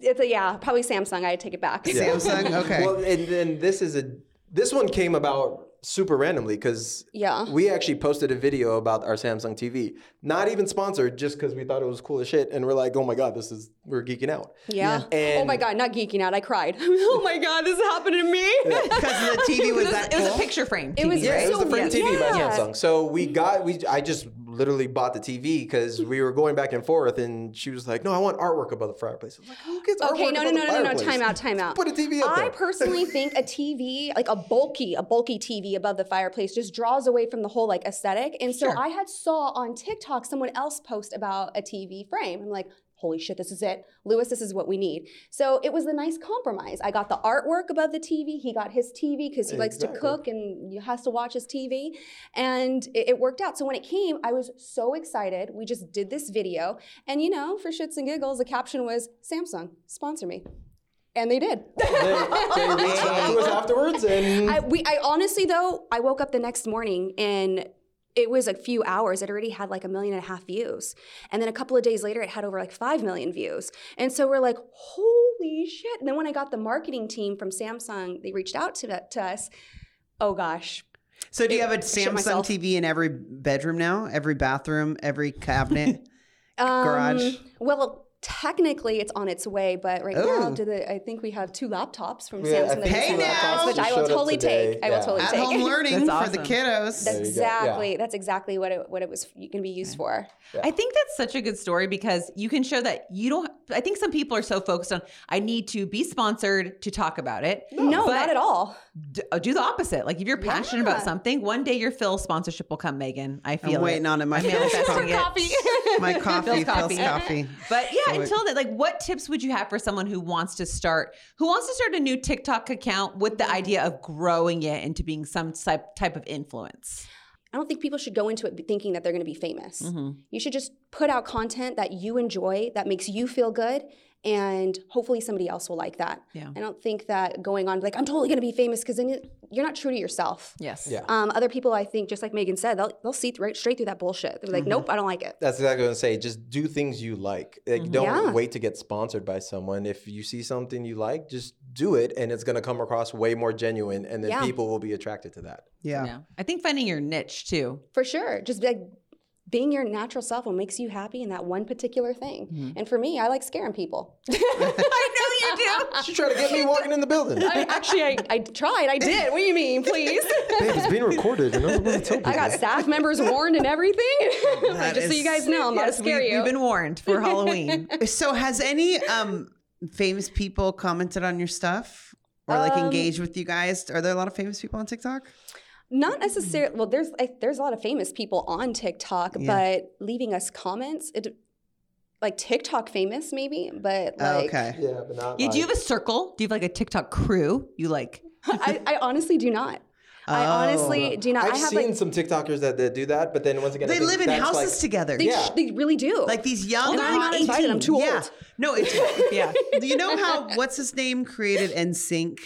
C: It's a, yeah, probably Samsung. I take it back.
D: Yeah.
A: Samsung. Okay.
D: Well, and then this is a this one came about super randomly because
C: Yeah.
D: we actually posted a video about our Samsung TV, not even sponsored, just because we thought it was cool as shit, and we're like, oh my god, this is we're geeking out.
C: Yeah. oh
D: And-
C: my god, not geeking out. I cried. oh my god, this happened to me.
A: because the TV was
B: It was,
A: that
B: it was a
A: cool?
B: picture frame.
C: It was
B: TV,
D: Yeah,
B: right?
D: it was
C: so
D: the frame
C: weird.
D: TV by
C: Yeah.
D: Samsung. So we got we I just literally bought the TV because we were going back and forth, and she was like, "No, I want artwork above the fireplace." I was like, "Who gets
C: Okay,
D: artwork
C: no, no,
D: above
C: no,
D: the
C: no, no, no.
D: fireplace?
C: Time out, time out.
D: Put a TV up
C: I
D: there.
C: personally think a TV, like a bulky, a bulky TV above the fireplace, just draws away from the whole like aesthetic. And so
B: Sure.
C: I had saw on TikTok someone else post about a TV frame. I'm like, holy shit, this is it, Lewis. This is what we need. So it was the nice compromise. I got the artwork above the TV. He got his TV because he likes to
D: Exactly.
C: cook and he has to watch his TV, and it, it worked out. So when it came, I was so excited. We just did this video, and you know, for shits and giggles, the caption was Samsung sponsor me. And they did.
D: They, they reached out to us afterwards, and
C: I, we, I honestly though, I woke up the next morning and it was a few hours. It already had like a million and a half views, and then a couple of days later, it had over like five million views. And so we're like, holy shit! And then when I got the marketing team from Samsung, they reached out to, that, to us. Oh gosh,
A: So do you have a
C: shit
A: Samsung
C: myself.
A: TV in every bedroom now? Every bathroom, every cabinet? Garage.
C: Um, Well, technically, it's on its way, but right now,
A: Ooh.
C: to the, I think we have two laptops from
D: Yeah, I
C: Samsung. that
D: think
C: are
A: Hey
C: two
A: now!
C: laptops, which
D: Just
C: I
D: showed
C: will
D: up
C: totally
D: today.
C: take. I will
D: Yeah.
C: totally
A: At
C: take.
A: home learning
B: That's
A: for the
B: awesome.
A: kiddos.
D: There you go. Yeah.
C: exactly. That's exactly what it what it was going to be used for.
B: I think that's such a good story because you can show that you don't. I think some people are so focused on I need to be sponsored to talk about it.
C: No,
B: But
C: not at all.
B: d- uh, do the opposite. Like if you're passionate about something, one day your Phil sponsorship will come, Megan. I feel
A: I'm
B: it.
A: waiting on it. My Phil's
B: manifesting
A: coffee.
B: it.
A: My coffee,
B: Phil's
A: Phil's
B: coffee.
A: coffee.
B: But yeah,
A: Wait.
B: until then, like, what tips would you have for someone who wants to start, who wants to start a new TikTok account with the idea of growing it into being some type type of influence?
C: I don't think people should go into it thinking that they're going to be famous.
D: Mm-hmm.
C: You should just put out content that you enjoy, that makes you feel good, and hopefully somebody else will like that.
B: Yeah.
C: I don't think that going on like I'm totally going to be famous because then you- you're not true to yourself.
B: Yes.
D: Yeah.
C: Um, other people, I think, just like Megan said, they'll they'll see th- right straight through that bullshit. They're like,
D: Mm-hmm.
C: nope, I don't like it.
D: That's exactly what I'm saying. Just do things you like. Like, don't
C: Mm-hmm. Yeah.
D: wait to get sponsored by someone. If you see something you like, just do it, and it's gonna come across way more genuine, and then
C: Yeah.
D: people will be attracted to that.
A: Yeah.
B: Yeah. I think finding your niche too.
C: For sure, just like being your natural self, what makes you happy in that one particular thing. And for me, I like scaring people.
B: I know you do.
D: She tried to get me walking in the building.
C: I, actually, I, I tried. I did. What do you mean, please?
D: Babe, it's being recorded. You're not supposed to tell people.
C: I got staff members warned and everything.
A: That
C: Just so
A: is-
C: you guys know, I'm not
B: Yes,
C: scare
B: we,
C: you.
B: have been warned for Halloween.
A: So has any um famous people commented on your stuff? Or like engaged with you guys? Are there a lot of famous people on TikTok?
C: Not necessarily. Well, there's I, there's a lot of famous people on TikTok,
A: Yeah.
C: but leaving us comments, it, like TikTok famous maybe, but
A: Oh,
C: like
A: okay.
D: Yeah, but not.
B: Yeah, do you
D: like-
B: have a circle? Do you have like a TikTok crew? You like?
C: I, I honestly do not. I
A: Oh.
C: honestly do not.
D: I've
C: I have
D: seen
C: like
D: some TikTokers that, that do that, but then once again, I
A: They
D: think
A: live in
D: that's
A: houses
D: like,
A: together.
C: they,
D: Yeah.
C: sh- they really do.
A: Like these young,
C: And I'm
A: like
C: not invited, I'm
A: 18.
C: too
A: Yeah.
C: old.
A: No, it's
B: Yeah.
A: you know how what's his name created NSYNC?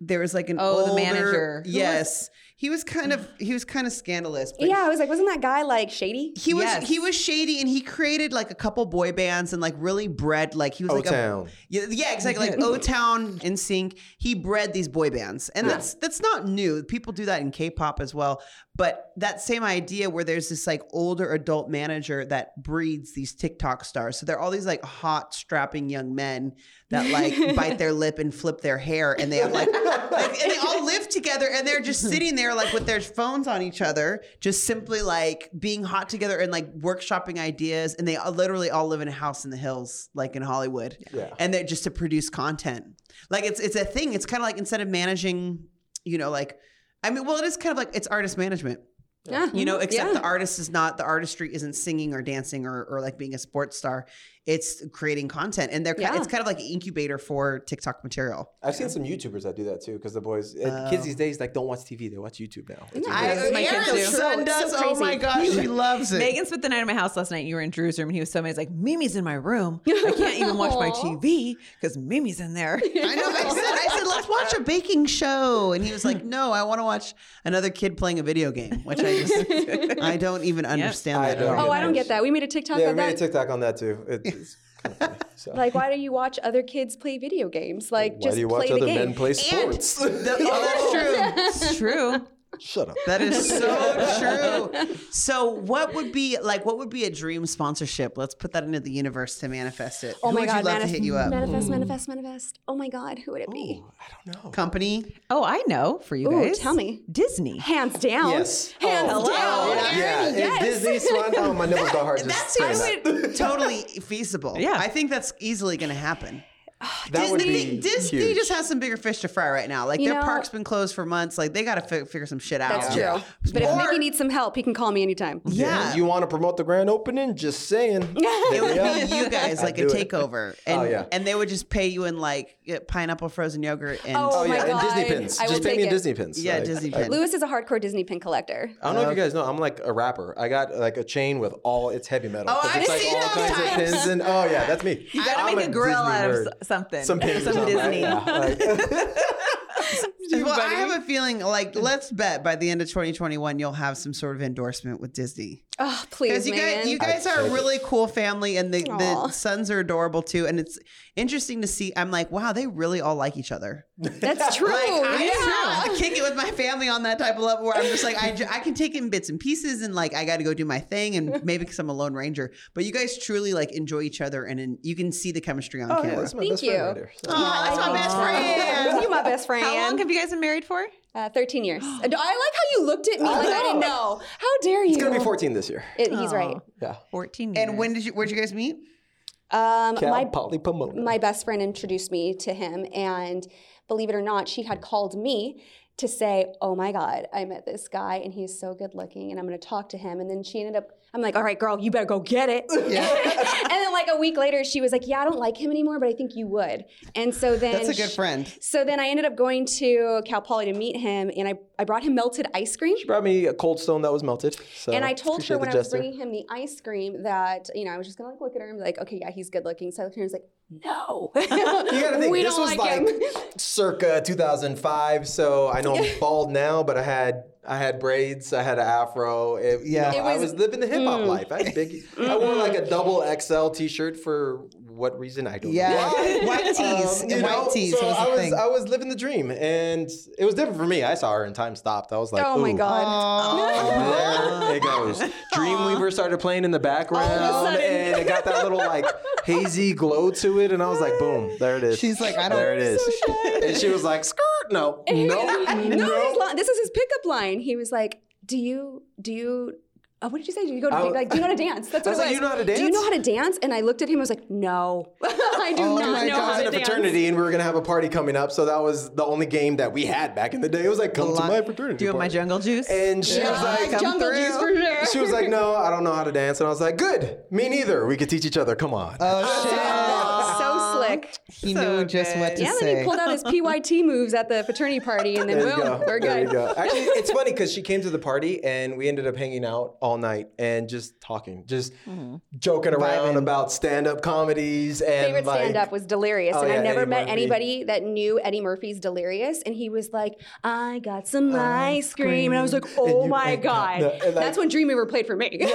A: There was like an
B: Oh, the
A: older-
B: manager. Who was-
A: Yes, he was kind of he was kind of scandalous. But
C: yeah, I was like, wasn't that guy like shady?
A: He was
B: Yes.
A: he was shady and he created like a couple boy bands and like really bred like he was like
D: O-Town.
A: a yeah, yeah exactly like O Town in sync he bred these boy bands and that's that's not new people do that in K-pop as well but that same idea where there's this like older adult manager that breeds these TikTok stars so they're all these like hot strapping young men that like bite their lip and flip their hair and they have like, like and they all live together and they're just sitting there like with their phones on each other just simply like being hot together and like workshopping ideas and they all- literally all live in a house in the hills like in Hollywood
D: Yeah.
A: and they're just to produce content like it's it's a thing it's kind of like instead of managing you know like I mean, well, it is kind of like it's artist management.
C: Yeah.
A: You know, except
C: Yeah.
A: the artist is not the artistry isn't singing or dancing or, or like being a sports star. It's creating content, and they're ki-
C: Yeah.
A: it's kind of like an incubator for TikTok material.
D: I've seen some YouTubers that do that too, because the boys, and
A: Oh.
D: kids these days like don't watch TV; they watch YouTube now. It's
C: I-
D: ridiculous.
C: That's what my kids
A: Aaron's
C: do.
A: son
C: So- so
A: does. oh
C: crazy.
A: my gosh, she loves it.
B: Megan spent the night at my house last night. You were in Drew's room, and he was so amazed. Like Mimi's in my room. I can't even watch my
C: Aw.
B: TV because Mimi's in there.
A: I know. I said, I said, let's watch a baking show, and he was like, no, I want to watch another kid playing a video game, which I just I don't even understand
D: I
A: that at
D: don't.
A: all.
C: Oh, I don't get that. We made a TikTok
D: yeah, we
C: of
D: made a
C: that.
D: TikTok on that too. It- It's kind of funny. So.
C: like, why do you watch other kids play video games? Like,
D: Why
C: just
D: do you
C: play
D: watch
C: the
D: other
C: game.
D: men play
A: And
D: sports?
A: the- oh, that's true.
B: It's true.
D: Shut up.
A: That is so true. So, what would be like? What would be a dream sponsorship? Let's put that into the universe to manifest it.
C: oh
A: Who
C: my
A: would
C: god,
A: you love
C: manif-
A: to hit you up?
C: manifest, manifest, manifest. Oh my god, who would it be?
D: Ooh, I don't know.
A: Company.
B: Oh, I know for you
C: Ooh,
B: guys.
C: tell me.
B: Disney.
C: Hands down.
D: Yes.
C: Hands
D: Oh,
C: down.
D: Yeah,
C: Aaron, yes.
D: is Disney Swan. Oh, my nipples got hard. just
A: That
D: saying
A: seems
D: that.
A: totally feasible.
B: Yeah.
A: I think that's easily going to happen.
D: That would
A: Disney,
D: be
A: Disney
D: huge.
A: just has some bigger fish to fry right now. Like
C: You
A: their
C: know-
A: park's been closed for months. Like they got to fi- figure some shit out.
C: That's true.
D: Yeah.
C: But if
A: Or-
C: Mickey needs some help, he can call me anytime.
A: Yeah.
D: You want to promote the grand opening? Just saying.
A: it would
D: Yeah.
A: be you guys like a
D: I'd do it. Oh,
A: takeover, and
D: yeah.
A: and they would just pay you in like pineapple frozen yogurt and
C: Oh,
D: Oh,
C: my
D: yeah, and Disney
C: God.
D: pins.
C: I will
D: Just pay
C: take
D: me
C: it.
D: in Disney pins.
A: yeah,
D: Like,
A: Disney.
D: I-
A: pin.
C: Lewis is a hardcore Disney pin collector.
D: I don't know if you guys know, I'm like a rapper. I got like a chain with all it's heavy metal.
A: Oh,
D: 'Cause
A: I've
D: it's like
A: seen
D: all
A: those
D: kinds of
A: types.
D: pins and oh yeah, that's me.
B: You gotta
D: I'm
B: make a grill
D: Disney
B: out of
D: nerd.
B: s- something.
D: Some pins, or
B: Some
D: something,
B: Disney.
D: right? Yeah, like-
A: well, I have a feeling like let's bet by the end of 2021 you'll have some sort of endorsement with Disney
C: Oh, please,
A: because you
C: man.
A: guys you
D: I
A: guys are a
D: take it.
A: really cool family and the, the
C: Aw.
A: sons are adorable too and it's interesting to see. I'm like wow they really all like each other.
C: That's true.
A: Like, I,
C: yeah.
A: I kick it with my family on that type of level where I'm just like, I, ju- I can take it in bits and pieces and like, I got to go do my thing and maybe because I'm a lone ranger. But you guys truly like enjoy each other and, and you can see the chemistry on
D: Oh, yeah,
A: camera.
D: that's my
C: Thank
D: best friend
C: you.
D: right there. So-
A: Aw, that's my best friend.
C: you my best friend.
B: How long have you guys been married for?
C: uh, 13 years. I like how you looked at me like I didn't know. How dare you?
D: It's gonna be 14 this year.
C: It- he's right.
D: Yeah.
B: 14 years.
A: And when did you, where'd you guys meet?
C: Um,
D: Cal
C: my
D: Poly Pomona.
C: my best friend introduced me to him, and believe it or not, she had called me to say, "Oh my God, I met this guy, and he's so good looking, and I'm going to talk to him." And then she ended up. I'm like, "All right, girl, you better go get it." and then like a week later, she was like, "Yeah, I don't like him anymore, but I think you would." And so then
A: That's a good
C: she-
A: friend.
C: So then I ended up going to Cal Poly to meet him, and I, I brought him melted ice cream.
D: Brought me a cold stone that was melted. So
C: And I told
D: appreciate
C: her
D: the
C: when I was
D: gesture.
C: bringing him the ice cream that, you know, I was just gonna like look at her and be like, okay, yeah, he's good looking. So I looked at her and was like, no.
D: You gotta think
C: we
D: this
C: don't
D: was
C: like
D: like,
C: him.
D: circa 2005. So I know I'm bald now, but I had I had braids, I had an afro. It, yeah,
A: It mm.
D: I
C: was-
D: was living the hip hop life. I had big. I wore like a double XL T-shirt for what reason I don't
A: Yeah.
D: know. Um,
A: White tees.
D: you know,
A: white tees
D: so
A: was
D: I
A: the
D: was
A: thing.
D: I was living the dream, and it was different for me. I saw her, and time stopped. I was like,
C: oh my
D: "Ooh,
C: god.
A: um, Oh,
D: there it goes. Dreamweaver started playing in the background,
C: sudden.
D: and it got that little like hazy glow to it, and I was like, boom, there it is.
A: She's like, I don't-
D: There it is. and she was like, skirt, no, Um, no,
C: no, his
D: no.
C: li- this is his pickup line. He was like, Do you do you uh, what did you say? Do you go to
D: I-
C: like do you know how to dance? That's
D: I
C: what
D: was
C: it
D: like, "You know how to
C: Do you know
D: dance?"
C: how to dance? And I looked at him, I was like, No. I do not
A: my
C: know
A: God.
C: how
D: I
C: to
D: was Oh in a
C: dance.
D: fraternity, and we were gonna have a party coming up, so that was the only game that we had back in the day. It was like, come to
A: Lot-
D: my fraternity
B: doing my
D: party.
B: jungle juice?
D: And she was like,
A: come
C: jungle
A: through.
C: juice for sure.
D: she was like, no, I don't know how to dance, and I was like, good, me neither. We could teach each other. Come on.
A: Oh,
C: so slick.
A: He
B: So
A: knew just what to
C: Oh, Yeah,
A: say.
C: then he pulled out his PYT moves at the fraternity party, and then
D: There you
C: boom,
D: go.
C: we're
D: There you
C: good.
D: go. Actually, it's funny because she came to the party and we ended up hanging out all night and just talking, just
C: Mm-hmm.
D: joking around
A: Vibing.
D: about stand-up comedies and
C: favorite
D: like,
C: stand up was Delirious,
D: Oh,
C: and
D: yeah,
C: I never
D: Eddie
C: met
D: Murphy.
C: anybody that knew Eddie Murphy's Delirious, and he was like, "I got some ice cream,", and I was like, "Oh
D: you-
C: my
D: and
C: god!"
D: got- no, and, like-
C: That's when Dreamweaver played for me.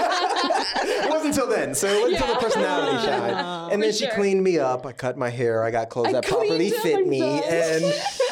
D: it wasn't until then. So it wasn't until the personality shine. And then she cleaned me up. I cut my hair. I got clothes that properly
C: cleaned up,
D: fit
C: I'm
D: me.
C: done.
D: And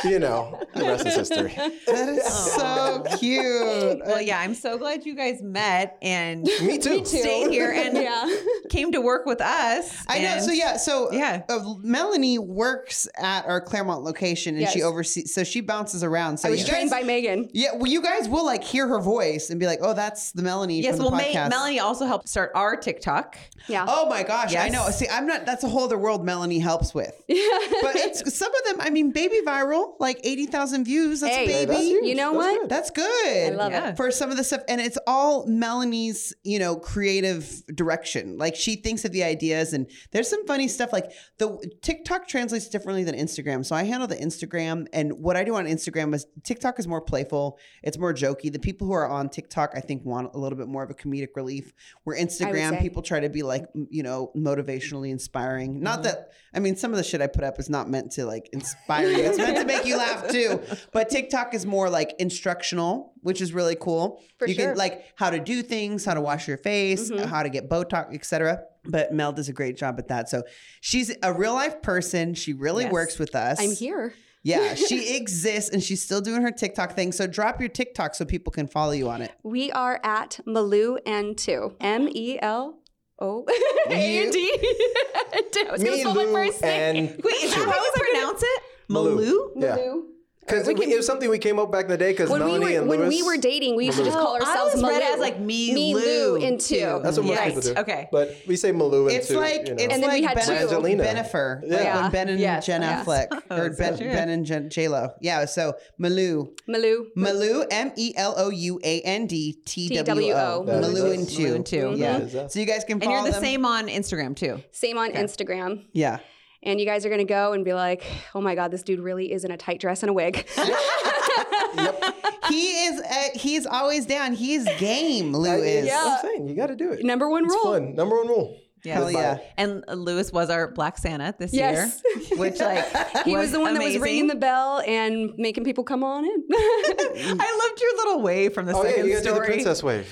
D: you know, the rest is history.
A: that is so cute.
B: well, yeah, I'm so glad you guys met and
D: Me too.
B: stayed here and
C: yeah,
B: came to work with us.
A: I know.
B: and-
A: So yeah. So
B: Yeah.
A: Uh, Melanie works at our Claremont location, and she
C: Yes.
A: oversees. So she bounces around. So
C: I was
A: you
C: trained
A: guys,
C: by Megan.
A: yeah. Well, you guys will like hear her voice and be like, "Oh, that's the Melanie
B: Yes,
A: from
B: well,
A: the
B: May,
A: podcast."
B: Melanie also helped start our TikTok.
C: Yeah,
A: Oh my gosh, I
B: Yes.
A: know. See, I'm not. That's a whole other world. Melanie helps with. but it's some of them. I mean, baby viral. cool. Like 80,000 views. That's
C: Hey,
A: a
D: Hey,
A: baby.
D: that's huge.
C: You know
D: That's
C: what?
D: good.
A: That's good.
C: I love
B: Yeah.
C: it.
A: for some of the stuff and it's all melanie's you know creative direction like she thinks of the ideas and there's some funny stuff like the tiktok translates differently than instagram so i handle the instagram and what i do on instagram is tiktok is more playful it's more jokey the people who are on tiktok i think want a little bit more of a comedic relief where instagram
C: say.
A: people try to be like m- you know motivationally inspiring
C: Mm-hmm.
A: not that i mean some of the shit i put up is not meant to like inspire you it's meant to make you laugh too but tiktok is more like instructional which is really cool
C: For
A: you
C: sure. Mm-hmm.
A: can like how to do things how to wash your face how to get botox etc but mel does a great job at that so she's a real life person she really
B: Yes.
A: works with us
C: I'm here.
A: yeah she exists and she's still doing her tiktok thing so drop your tiktok so people can follow you on it
C: We are at Malou and two. M E L O A N D. I was gonna
D: Me,
C: spell my
D: Lou,
C: first name.
D: and
B: Wait, is that how you pronounce it? Malou?
D: yeah,
C: Malou.
D: because it was something we came up back in the day because
C: When
D: Melanie
C: we were
D: and
C: when
D: Lewis.
C: we were dating, we used to just call
B: Oh, I
C: ourselves
B: always
C: Malou.
B: read it as like me,
C: me
B: Lou,
C: Lou, and
B: too.
C: two.
D: That's what most
B: Right.
D: people do.
B: Okay.
D: but we say Malou and
A: It's
D: two,
A: like
D: you know.
A: it's
C: And then we
A: like
C: had
A: Ben,
C: two.
D: Angelina.
A: Benifer, like
D: Yeah.
A: when Ben and
B: Yes,
A: Jen
B: yes.
A: Affleck,
B: Oh,
A: or
B: is
A: ben,
B: that true?
A: ben and Jen, J-Lo. Yeah, so Malou,
C: Malou.
A: Malou, M E L O U A N D T W O,
C: T-W-O.
D: That is
A: Malou and
D: us.
A: two,
B: Malou and two.
A: Yeah,
D: That is us.
A: so you guys can
B: And
A: follow
B: you're the
A: them.
B: same on Instagram too.
C: Same on Instagram.
A: Yeah,
C: And you guys are gonna go and be like, oh my god, this dude really is in a tight dress and a wig.
A: he is. Uh, he's always down. He is game. Lou is.
D: That's what I'm saying. You got to do it.
C: Number one
D: it's
C: rule.
D: fun. Number one rule.
A: Hell yeah.
B: And Lewis was our Black Santa this
C: Yes.
B: year, which like
C: He was, the one that was ringing the
B: amazing.
C: bell and making people come on in.
B: I loved your little wave from the
D: Oh yeah,
B: second
D: you got to do the
B: story.
D: princess wave.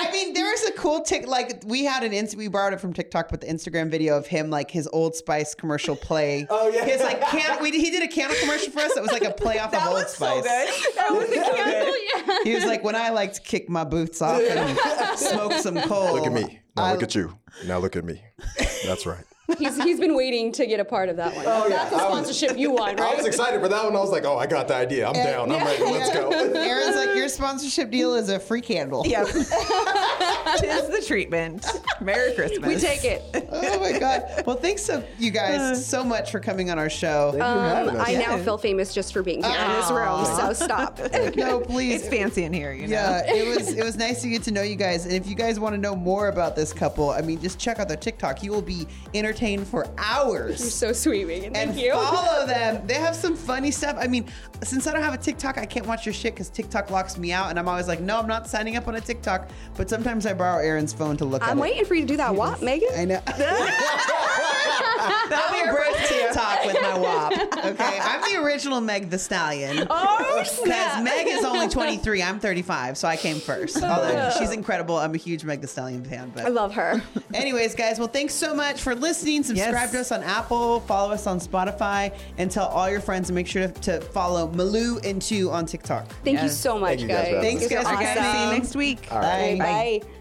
A: I mean, there is a cool tick. Like we had an inst- we borrowed it from TikTok, but the Instagram video of him like his Old Spice commercial play.
D: Oh, yeah.
A: his like can. We, he did a candle commercial for us that was like a play off of
B: That
A: Old
B: was so
A: Spice.
B: good. That was the candle.
A: He was like, when I like to kick my boots off and smoke some coal.
E: Look at me. Now
A: I-
E: look at you. Now look at me. That's right.
C: he's, he's been waiting to get a part of that one.
D: Oh, yeah.
C: That's the
D: I was-
C: sponsorship you want,
D: I
C: right?
D: was excited for that one. I was like, oh, I got the idea. I'm down. I'm ready. Let's go.
A: Aaron's like, your sponsorship deal is a free candle.
B: Yep. Tis the treatment. Merry Christmas.
C: we take it.
A: Oh my god. Well, thanks so you
B: Uh.
A: guys so much for coming on our show.
D: Um,
C: I now feel famous just for being here in this room, so stop.
A: No, please.
B: It's fancy in here, you know.
A: Yeah, it was it was nice to get to know you guys. And if you guys want to know more about this couple, I mean, just check out their TikTok. You will be entertained for hours.
C: so sweet, Megan.
A: And
C: Thank you.
A: follow them. They have some funny stuff. I mean, since I don't have a TikTok, I can't watch your shit because TikTok locks me out. And I'm always like, no, I'm not signing up on a TikTok. But sometimes I borrow Aaron's phone to look at
C: I'm
A: it.
C: waiting for you to do that WAP, Megan.
A: I know.
B: That'll be
A: I'm
B: our
A: a birth
B: first tip.
A: TikTok with my WAP. Okay, I'm the original Meg the Stallion.
C: Oh,
A: Because
C: snap.
A: Meg is only 23, I'm 35, so I came first. Although she's incredible, I'm a huge Meg The Stallion fan.
C: I
A: But,
C: love her.
A: anyways, guys, well, thanks so much for listening. Subscribe
B: Yes.
A: to us on Apple, follow us on Spotify, and tell all your friends. And make sure to, to follow Malou and Two on TikTok.
C: Thank you so much,
D: Thank you guys for having
A: Thanks,
C: You're
A: guys, for
C: awesome.
A: coming.
B: See you next week.
D: All right.
C: Bye.